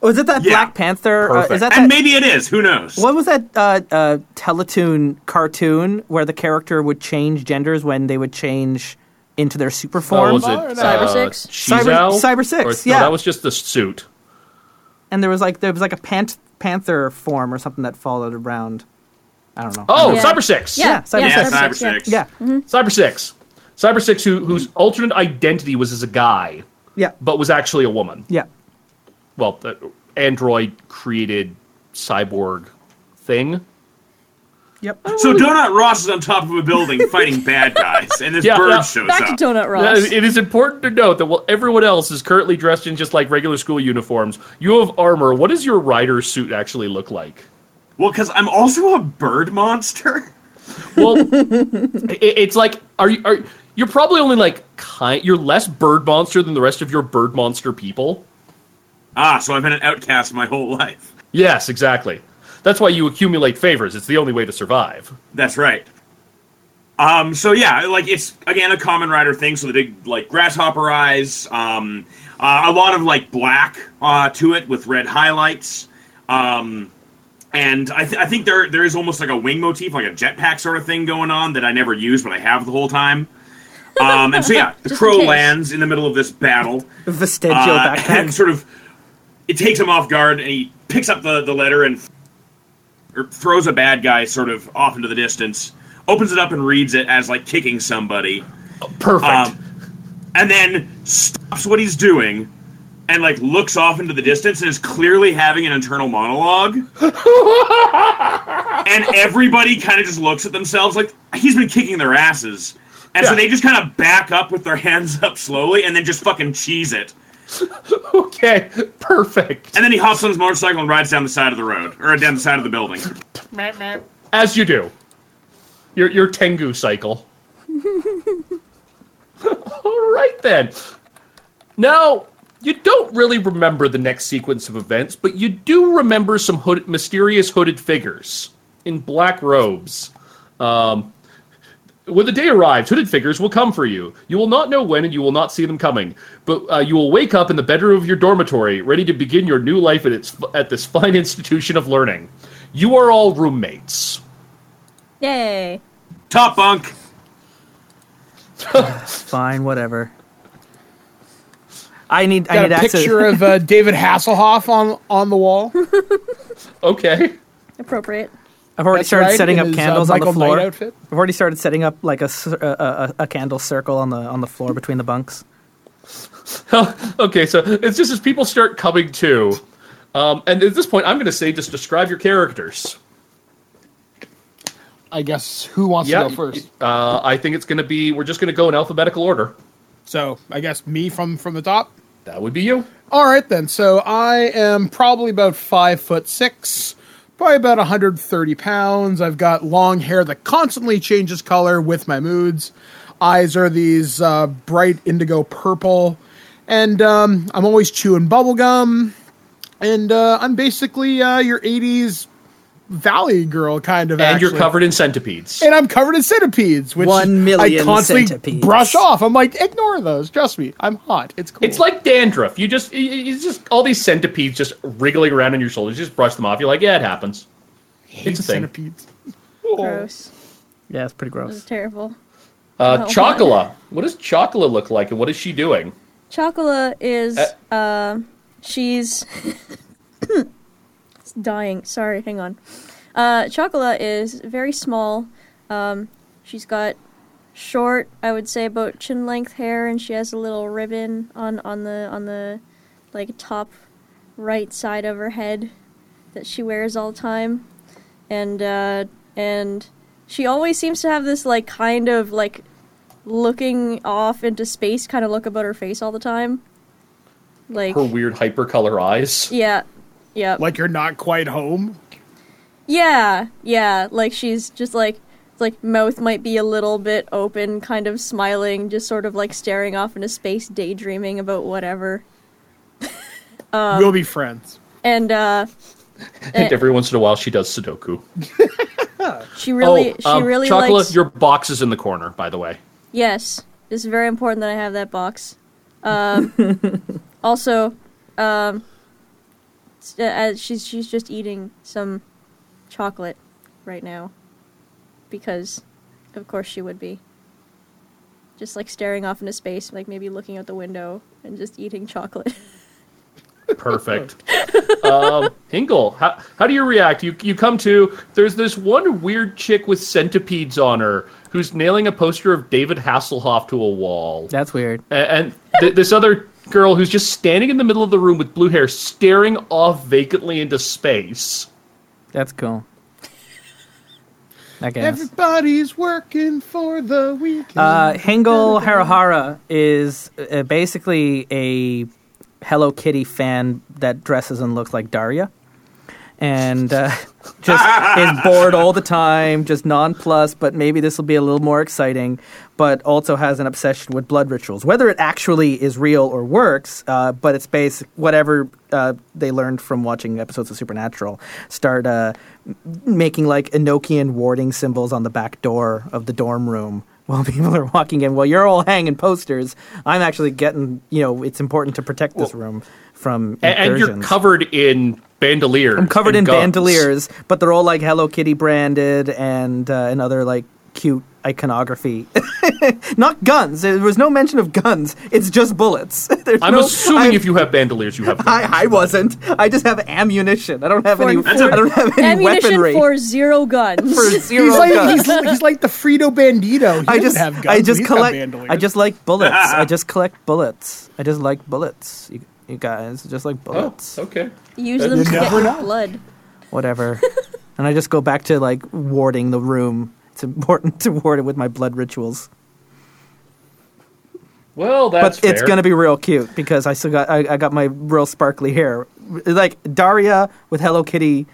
S7: Was it that
S6: Yeah.
S7: Black Panther? Uh, is
S3: Perfect.
S7: that,
S6: And
S7: that
S6: maybe it is. Who knows?
S7: what was that uh, uh, Teletoon cartoon where the character would change genders when they would change into their super
S3: Oh,
S7: form?
S3: was it
S2: Cyber
S3: uh,
S2: Six?
S3: Chizel?
S7: Cyber- Cyber Six,
S3: Or-
S7: yeah.
S3: no, that was just the suit.
S7: and there was like there was like a pant- panther form or something that followed around. I don't know.
S3: Oh,
S2: Yeah.
S3: Cyber Six.
S2: Yeah,
S7: Yeah,
S6: yeah,
S2: Cyber
S6: Cyber
S2: Six, yeah.
S6: Six.
S7: yeah,
S3: Cyber Six. Cyber Six, who, whose alternate identity was as a guy,
S7: yeah,
S3: but was actually a woman.
S7: yeah.
S3: Well, the android created cyborg thing.
S7: Yep.
S6: So Donut Ross is on top of a building fighting bad guys, and this
S3: Yeah,
S6: bird
S3: yeah.
S6: shows
S2: Back
S6: up.
S2: to Donut
S3: Uh,
S2: Ross.
S3: It is important to note that while everyone else is currently dressed in just like regular school uniforms, you have armor. What does your rider suit actually look like?
S6: well, because I'm also a bird monster.
S3: Well, i- it's like are you are you're probably only like kind. You're less bird monster than the rest of your bird monster people.
S6: Ah, so I've been an outcast my whole life.
S3: Yes, exactly. That's why you accumulate favors. It's the only way to survive.
S6: That's right. Um, so yeah, like it's again a common rider thing. So the big like grasshopper eyes, um, uh, a lot of like black uh, to it with red highlights, um, and I, th- I think there there is almost like a wing motif, like a jetpack sort of thing going on that I never use, but I have the whole time. Um, and so yeah, the
S2: Just in
S6: crow
S2: case.
S6: lands in the middle of this battle.
S7: Vestigial
S6: uh, and
S7: backpack.
S6: sort of it takes him off guard and he picks up the, the letter and or throws a bad guy sort of off into the distance opens it up and reads it as like kicking somebody
S3: Perfect.
S6: um, and then stops what he's doing and like looks off into the distance and is clearly having an internal monologue and everybody kind of just looks at themselves like he's been kicking their asses and so
S3: Yeah.
S6: they just kind of back up with their hands up slowly and then just fucking cheese it
S3: okay. Perfect.
S6: And then he hops on his motorcycle and rides down the side of the road, or down the side of the building.
S3: As you do. Your your Tengu cycle. All right then. Now, you don't really remember the next sequence of events, but you do remember some hood- mysterious hooded figures in black robes. Um, when the day arrives, hooded figures will come for you. You will not know when, and you will not see them coming. But uh, you will wake up in the bedroom of your dormitory, ready to begin your new life at its at this fine institution of learning. You are all roommates.
S2: Yay.
S6: Top bunk.
S1: Fine, whatever.
S7: I need. I
S5: Got
S7: need
S5: a
S7: access.
S5: picture of uh, David Hasselhoff on on the wall.
S3: Okay.
S2: Appropriate.
S7: I've already
S5: That's
S7: started
S5: right,
S7: setting
S5: in
S7: up
S5: his, uh,
S7: candles on the
S5: Michael Knight
S7: floor.
S5: outfit.
S7: I've already started setting up like a, cir- a, a a candle circle on the on the floor between the bunks.
S3: okay, so it's just as people start coming to. Um, and at this point, I'm going to say just describe your characters.
S5: I guess who wants to go first?
S3: Uh, I think it's going to be, we're just going to go in alphabetical order.
S5: So I guess me from from the top.
S3: That would be you.
S5: All right then. So I am probably about five foot six, probably about 130 pounds. I've got long hair that constantly changes color with my moods. Eyes are these uh, bright indigo purple, and um, I'm always chewing bubble gum. And uh, I'm basically uh, your 80s valley girl kind of.
S3: And you're
S5: actually.
S3: covered in centipedes.
S5: and I'm covered in centipedes, which
S7: One million
S5: I constantly
S7: centipedes.
S5: brush off. I'm like, ignore those. Trust me, I'm hot. It's cool.
S3: It's like dandruff. You just, you- you it's just all these centipedes just wriggling around on your shoulders. You just brush them off. You're like, yeah, it happens. It's a thing.
S5: centipedes.
S2: Gross.
S1: Yeah, it's pretty
S2: This is
S1: gross.
S2: terrible.
S3: Uh,
S2: Oh.
S3: Chocola. What does Chocola look like, and what is she doing?
S2: Chocola is
S3: Uh,
S2: uh, she's It's dying. Sorry, hang on. Uh Chocola is very small. Um she's got short, I would say about chin length hair and she has a little ribbon on on the on the like top right side of her head that she wears all the time. And uh and she always seems to have this like kind of like looking off into space kind of look about her face all the time. Like
S3: Her weird hypercolor eyes.
S2: yeah. Yeah.
S5: like you're not quite home.
S2: Yeah. Yeah, like she's just like like mouth might be a little bit open, kind of smiling, just sort of like staring off into space, daydreaming about whatever.
S7: Um,
S5: we'll be friends.
S2: And uh
S3: And every once in a while, she does Sudoku.
S2: she really she
S3: um,
S2: really
S3: Chocola,
S2: likes
S3: your box is in the corner, by the way.
S2: Yes, it's very important that I have that box. Um, also, um, uh, as she's she's just eating some chocolate right now because of course she would be just like staring off into space like maybe looking out the window and just eating chocolate
S3: Perfect. um, Hingle, how, how do you react? You you come to there's this one weird chick with centipedes on her who's nailing a poster of David Hasselhoff to a wall,
S1: That's weird.
S3: A- and th- this other girl who's just standing in the middle of the room with blue hair, staring off vacantly into space.
S1: That's cool. I guess.
S5: Everybody's working for the weekend.
S1: Uh, Hengel Harahara is uh, basically a Hello Kitty fan that dresses and looks like Daria. And uh, just is bored all the time, just nonplussed, but maybe this will be a little more exciting. But also has an obsession with blood rituals. Whether it actually is real or works, uh, but it's based, whatever uh, they learned from watching episodes of Supernatural, start uh, making like Enochian warding symbols on the back door of the dorm room while people are walking in. While you're all hanging posters, I'm actually getting, you know, it's important to protect this room from
S3: A- and
S1: incursions.
S3: you're covered in bandoliers.
S1: I'm covered
S3: and
S1: in
S3: guns.
S1: bandoliers, but they're all like Hello Kitty branded and uh, and other like cute iconography. Not guns. There was no mention of guns. It's just bullets. There's
S3: I'm
S1: no-
S3: assuming
S1: I'm-
S3: if you have bandoliers, you have.
S7: I, I wasn't. I just have ammunition. I don't have any.
S2: That's
S7: I I don't have any
S2: ammunition
S7: weaponry.
S2: for zero guns
S7: for zero
S5: he's, like,
S7: guns.
S5: he's, he's like the Frito Bandito. He
S7: I
S5: doesn't
S7: just,
S5: have guns,
S7: I
S5: but
S7: just
S5: he's got
S7: collect.
S5: bandoliers.
S1: I just like bullets. I just collect bullets. I just like bullets. You, you guys just like
S3: Oh,
S1: bullets.
S3: okay.
S2: use them to get
S5: never
S2: your
S5: know.
S2: blood
S1: Whatever. and I just go back to like warding the room. It's important to ward it with my blood rituals.
S3: Well, that's
S1: but it's
S3: fair.
S1: gonna be real cute because I still got I, I got my real sparkly hair, like Daria with Hello Kitty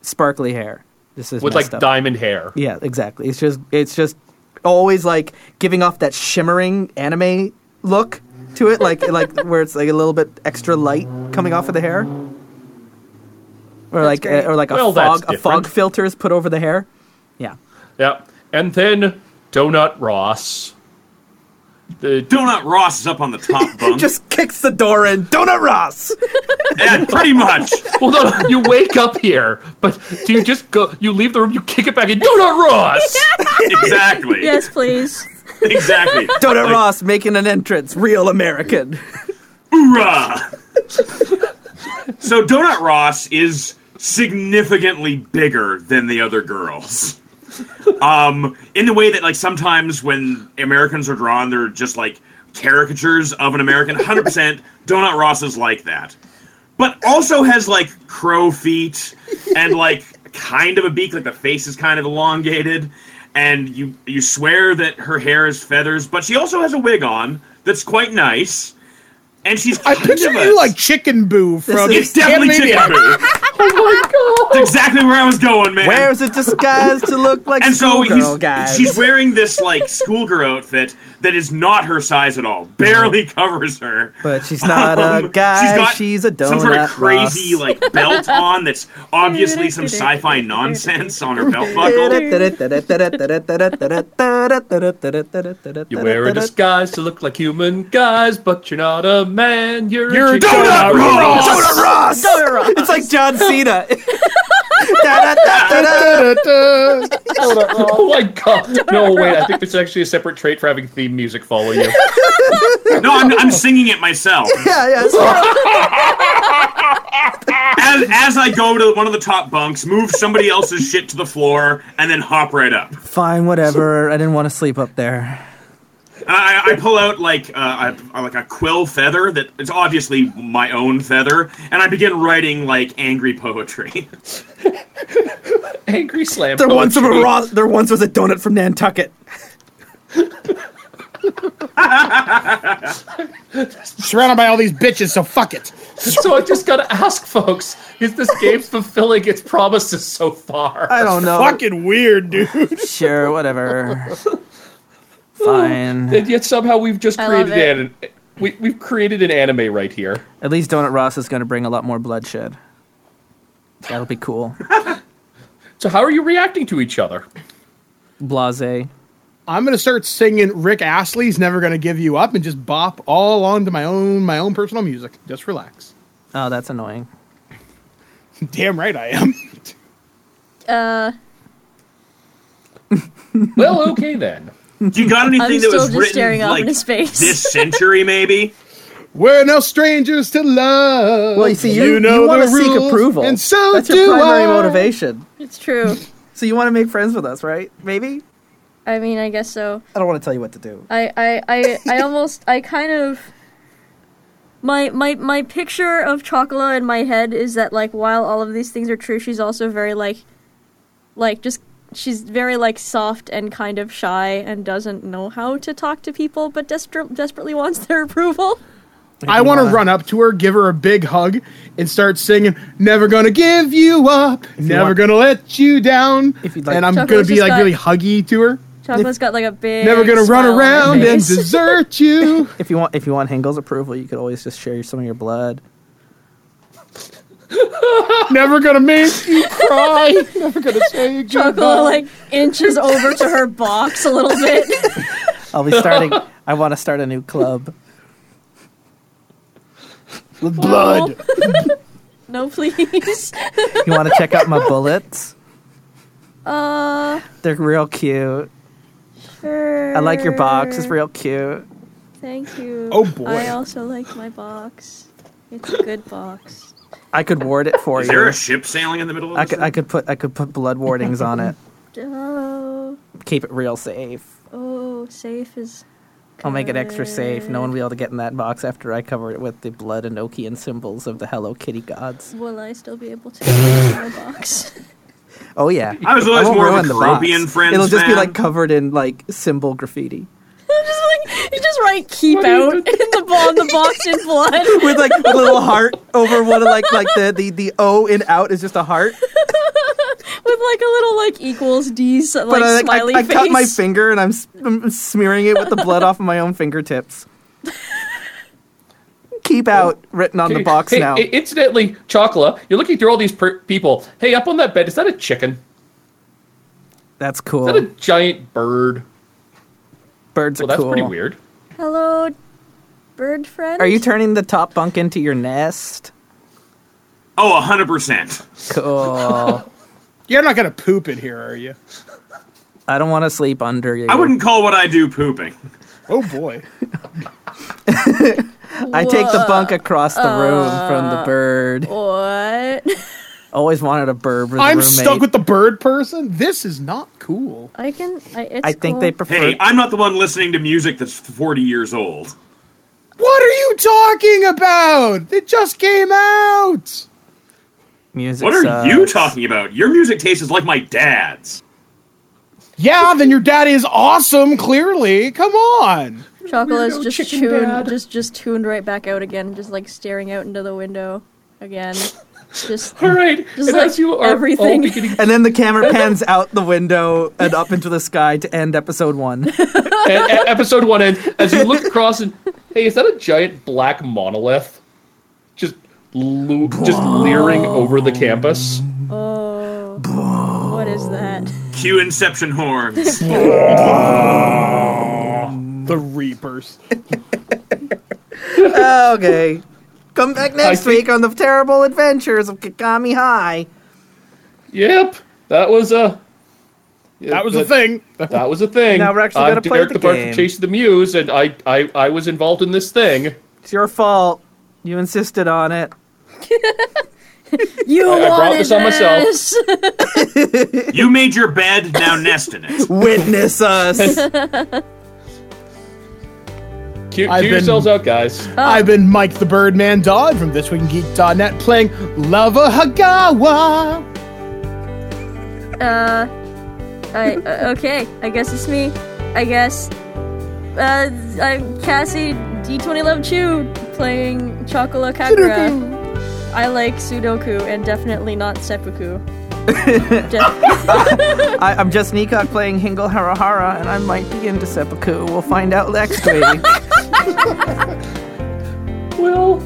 S1: sparkly hair. This is
S3: with like
S1: messed up.
S3: diamond hair.
S1: yeah, exactly. It's just it's just always like giving off that shimmering anime look to it, like like where it's like a little bit extra light coming off of the hair, or like
S2: great.
S1: uh, or like a
S3: Well, that's
S1: fog a fog
S3: different.
S1: filter is put over the hair. Yeah,
S3: Yeah. And then Donut Ross. The
S6: Donut Ross is up on the top bunk.
S7: Just kicks the door in. Donut Ross.
S6: yeah, pretty much.
S3: well, no, you wake up here, but do you just go? You leave the room, you kick it back, and Donut Ross.
S6: Exactly.
S2: yes please
S6: Exactly.
S7: Donut Ross making an entrance. Real American.
S6: Hoorah! so Donut Ross is significantly bigger than the other girls. Um, in the way that like sometimes when Americans are drawn, they're just like caricatures of an American. Hundred percent, Donut Ross is like that, but also has like crow feet and like kind of a beak. Like the face is kind of elongated, and you you swear that her hair is feathers, but she also has a wig on that's quite nice, and she's
S5: I
S6: kind
S5: picture
S6: of a-
S5: you like Chicken Boo from
S6: it's definitely
S5: Scandinavian.
S6: chicken food.
S3: oh my
S6: That's exactly where I was going, man.
S7: Wears a disguise to look like
S6: and so
S7: schoolgirl,
S6: he's,
S7: guys.
S6: she's wearing this like schoolgirl outfit that is not her size at all, barely covers her.
S1: but she's not
S6: Um,
S1: a guy.
S6: got
S1: She's, a donut.
S6: Some sort of crazy
S1: Ross.
S6: like belt on that's obviously some sci-fi nonsense on her belt buckle.
S7: You
S3: You wear a disguise to look like human guys, but you're not a man. You're,
S5: You're
S3: a chick-
S5: Donut Ross!
S7: Donut Ross.
S2: Donut Ross.
S7: It's like John Cena. Da-da-da-da-da.
S3: Oh my god! No wait, I think there's actually a separate trait for having theme music follow you.
S6: No, I'm, I'm singing it myself.
S7: Yeah, yeah. so-
S6: As, as I go to one of the top bunks, move somebody else's shit to the floor, and then hop right up.
S1: Fine, whatever. I didn't want to sleep up there.
S6: I, I pull out like uh, a, like a quill feather that it's obviously my own feather, and I begin writing like angry poetry.
S3: Angry slam.
S5: Oh,
S7: There once was a
S3: poetry.
S7: Ross. There once was a donut from Nantucket.
S5: Surrounded by all these bitches, so fuck it.
S3: So I just gotta ask, folks: Is this game fulfilling its promises so far?
S1: I don't know.
S5: Fucking weird, dude.
S1: Sure, whatever. Fine.
S3: And yet somehow we've just
S2: I love
S3: created an we, we've created an anime right here.
S1: At least Donut Ross is going to bring a lot more bloodshed. That'll be cool.
S3: So how are you reacting to each other?
S1: Blase.
S5: I'm gonna start singing Rick Astley's "Never Gonna Give You Up" and just bop all along to my own my own personal music. Just relax.
S1: Oh, that's annoying.
S5: Damn right I am.
S2: Uh,
S3: Well, okay then.
S6: Do you got anything
S2: I'm
S6: that
S2: still
S6: was
S2: just
S6: written
S2: staring off
S6: like
S2: in his face.
S6: this century, maybe?
S5: We're no strangers to love.
S7: Well, you see, you, you,
S5: know
S7: want to
S5: the
S7: seek
S5: rules,
S7: approval.
S5: and so
S7: That's
S5: do
S7: your primary
S5: I.
S7: motivation.
S2: it's true.
S7: So you want to make friends with us, right? Maybe?
S2: I mean, I guess so.
S7: I don't want to tell you what to do.
S2: I, I, I, I almost, I kind of. My, my, my picture of Chocola in my head is that, like, while all of these things are true, she's also very, like, like, just, she's very, like, soft and kind of shy and doesn't know how to talk to people, but desper- desperately wants their approval.
S5: I want to run up to her, give her a big hug, and start singing "Never Gonna Give You Up, Never
S1: want-
S5: Gonna Let You Down."
S1: If you'd like-
S5: and I'm
S2: Chuck
S5: gonna
S2: Lewis
S5: be
S2: just
S5: like
S2: got-
S5: really huggy to her.
S2: Chocola's got, like, a big.
S5: Never gonna run
S2: smile on her
S5: around and
S2: face.
S5: desert you.
S1: If you want, if you want Hengel's approval, you could always just share some of your blood.
S5: Never gonna make you cry. Never gonna say you goodbye.
S2: Chocola, like, inches over to her box a little bit.
S1: I'll be starting. I want to start a new club.
S5: with blood.
S2: No, please.
S1: You want to check out my bullets?
S2: Uh,
S1: They're real cute.
S2: sure.
S1: I like your box. It's real cute.
S2: Thank you.
S5: Oh, boy.
S2: I also like my box. It's a good box.
S1: I could ward it for
S6: Is
S1: you.
S6: there a ship sailing in the middle of
S1: I
S6: this
S1: could,
S6: thing?
S1: I could put I could put blood wardings on it.
S2: Oh,
S1: Keep it real safe.
S2: oh, safe is.
S1: I'll make it extra safe. No one will be able to get in that box after I cover it with the blood and Okian symbols of the Hello Kitty gods.
S2: Will I still be able to open my box?
S1: Oh yeah.
S6: I was always
S1: won't
S6: more of a
S1: ruin the box.
S6: Caribbean Friends
S1: It'll just be
S6: fan.
S1: like covered in like symbol graffiti
S2: I'm just like you just write keep out in the bo- on the box in blood.
S1: with like a little heart over one of like like the the the O in out is just a heart.
S2: With like a little like equals D's like,
S7: But I, like,
S2: smiley
S7: I, I
S2: face.
S7: cut my finger and I'm, s- I'm smearing it with the blood off of my own fingertips. Keep out written on the box
S3: Hey,
S7: now.
S3: hey, incidentally, Chocola, you're looking through all these per- people. Hey, up on that bed, is that a chicken?
S1: That's
S3: Is that a
S7: Oh.
S1: cool.
S3: giant bird?
S1: Birds
S3: Well,
S1: are
S3: that's
S1: cool.
S3: pretty weird.
S2: Hello, bird friend.
S1: Are you turning the top bunk into your nest?
S6: Oh, hundred percent.
S1: Cool.
S5: You're not gonna poop in here, are you?
S1: I don't want to sleep under you.
S6: I wouldn't call what I do pooping.
S5: Oh boy.
S1: I take the bunk across the room from
S2: uh.
S1: the bird.
S2: What?
S1: Always wanted a bird with a
S5: I'm
S1: roommate.
S5: stuck with the bird person. This is not cool.
S2: I can. I, it's
S1: I think
S2: cool.
S1: they prefer.
S6: Hey, I'm not the one listening to music that's forty years old.
S5: What are you talking about? It just came out.
S1: music.
S6: What are
S1: sucks.
S6: you talking about? Your music taste is like my dad's.
S5: Yeah, then your daddy is awesome. Clearly, come on.
S2: Chocola's
S3: Weirdo
S2: just
S3: chicken
S2: tuned,
S3: dad.
S2: just just tuned right back out again, just like staring out into the window again. Just
S3: All right,
S2: Just
S3: and
S2: like
S3: as you are
S2: everything.
S3: all beginning,
S7: And then the camera pans out the window and up into the sky to end episode one.
S3: e- e- episode one ends. As you look across and hey, is that a giant black monolith just lo- just leering over the campus?
S2: oh, what is that?
S6: Cue Inception horns.
S5: The Reapers.
S7: okay. Come back next
S3: think-
S7: week on the terrible adventures of Kikami High.
S3: Yep, that was a
S5: That was the thing.
S3: That was a thing.
S7: Now we're actually
S3: I'm
S7: gonna play
S3: Derek
S7: the
S3: Bard
S7: game.
S3: from Chase the Muse, and I, I, I was involved in this thing.
S7: It's your fault. You insisted on it.
S2: You
S3: I brought
S2: wanted
S3: this on myself.
S2: this!
S6: you made your bed, now nest in it.
S7: Witness us.
S3: Cue,
S5: I've
S3: cue
S5: been-
S3: yourselves out, guys.
S5: I've been Mike the Birdman Dodd from ThisWeekInGeek.net playing Lava Hagawa.
S2: Uh, I uh, okay. I guess it's me. I guess. Uh, I'm Cassie D20 Love Chu playing Chocola Kakra. I like Sudoku and definitely not seppuku. Def-
S1: I, I'm just Nikok playing Hingle Harahara, and I might be into seppuku. We'll find out next week.
S3: Well,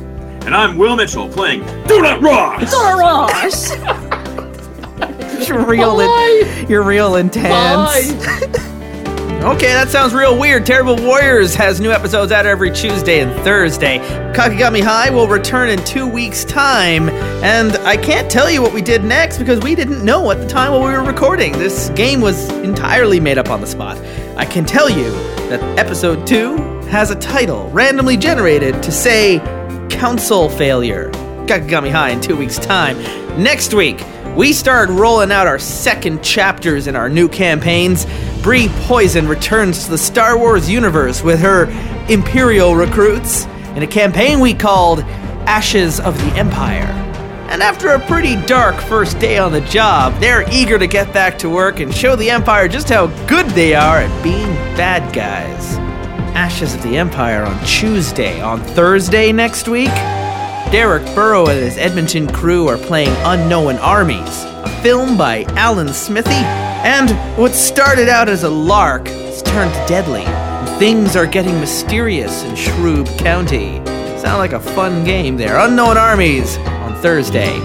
S6: And I'm Will Mitchell playing Do Not Ross.
S2: Ross.
S7: you're real. In, you're real intense.
S3: bye.
S4: Okay, that sounds real weird. Terrible Warriors has new episodes out every Tuesday and Thursday. Kakagami High will return in two weeks' time, and I can't tell you what we did next because we didn't know at the time while we were recording. This game was entirely made up on the spot. I can tell you that episode two has a title randomly generated to say Council Failure. Kakagami High in two weeks' time. Next week, we start rolling out our second chapters in our new campaigns. Bree Poison returns to the Star Wars universe with her Imperial recruits in a campaign we called Ashes of the Empire. And after a pretty dark first day on the job, they're eager to get back to work and show the Empire just how good they are at being bad guys. Ashes of the Empire on Tuesday. On Thursday next week, Derek Burrow and his Edmonton crew are playing Unknown Armies, a film by Alan Smithy. And what started out as a lark has turned deadly. Things are getting mysterious in Shroob County. Sound like a fun game there. Unknown Armies on Thursday.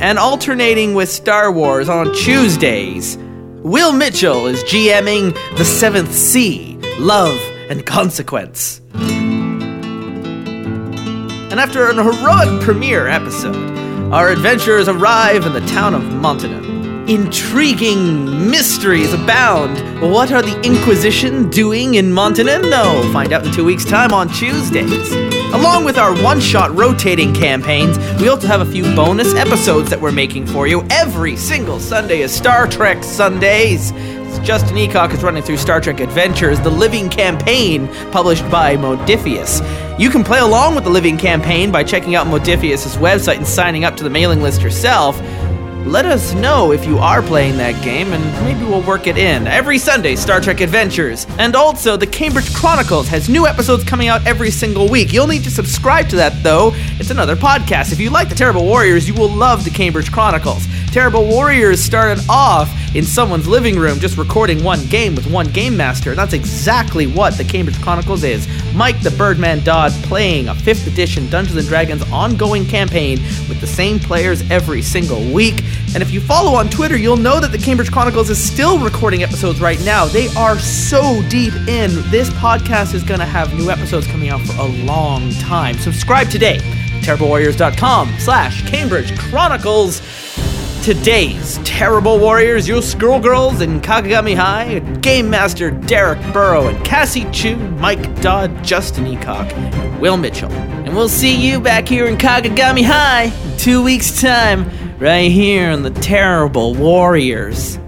S4: And alternating with Star Wars on Tuesdays, Will Mitchell is GMing The Seventh Sea Love and Consequence. And after an heroic premiere episode, our adventurers arrive in the town of Montanum. Intriguing mysteries abound. What are the Inquisition doing in Montanum? No, find out in two weeks' time on Tuesdays. Along with our one shot rotating campaigns, we also have a few bonus episodes that we're making for you every single Sunday is Star Trek Sundays. Justin Eacock is running through Star Trek Adventures, the Living Campaign, published by Modifius. You can play along with the Living Campaign by checking out Modifius' website and signing up to the mailing list yourself. Let us know if you are playing that game, and maybe we'll work it in. Every Sunday, Star Trek Adventures. And also, the Cambridge Chronicles has new episodes coming out every single week. You'll need to subscribe to that, though. It's another podcast. If you like The Terrible Warriors, you will love the Cambridge Chronicles. Terrible Warriors started off in someone's living room just recording one game with one game master. That's exactly what the Cambridge Chronicles is. Mike the Birdman Dodd playing a 5th edition Dungeons and Dragons ongoing campaign with the same players every single week. And if you follow on Twitter, you'll know that the Cambridge Chronicles is still recording episodes right now. They are so deep in. This podcast is going to have new episodes coming out for a long time. Subscribe today. TerribleWarriors.com slash Cambridge Chronicles. Today's Terrible Warriors, your schoolgirls in Kagagami High, Game Master Derek Burrow and Cassie Chu, Mike Dodd, Justin Eacock, and Will Mitchell. And we'll see you back here in Kagagami High in two weeks' time, right here on the Terrible Warriors.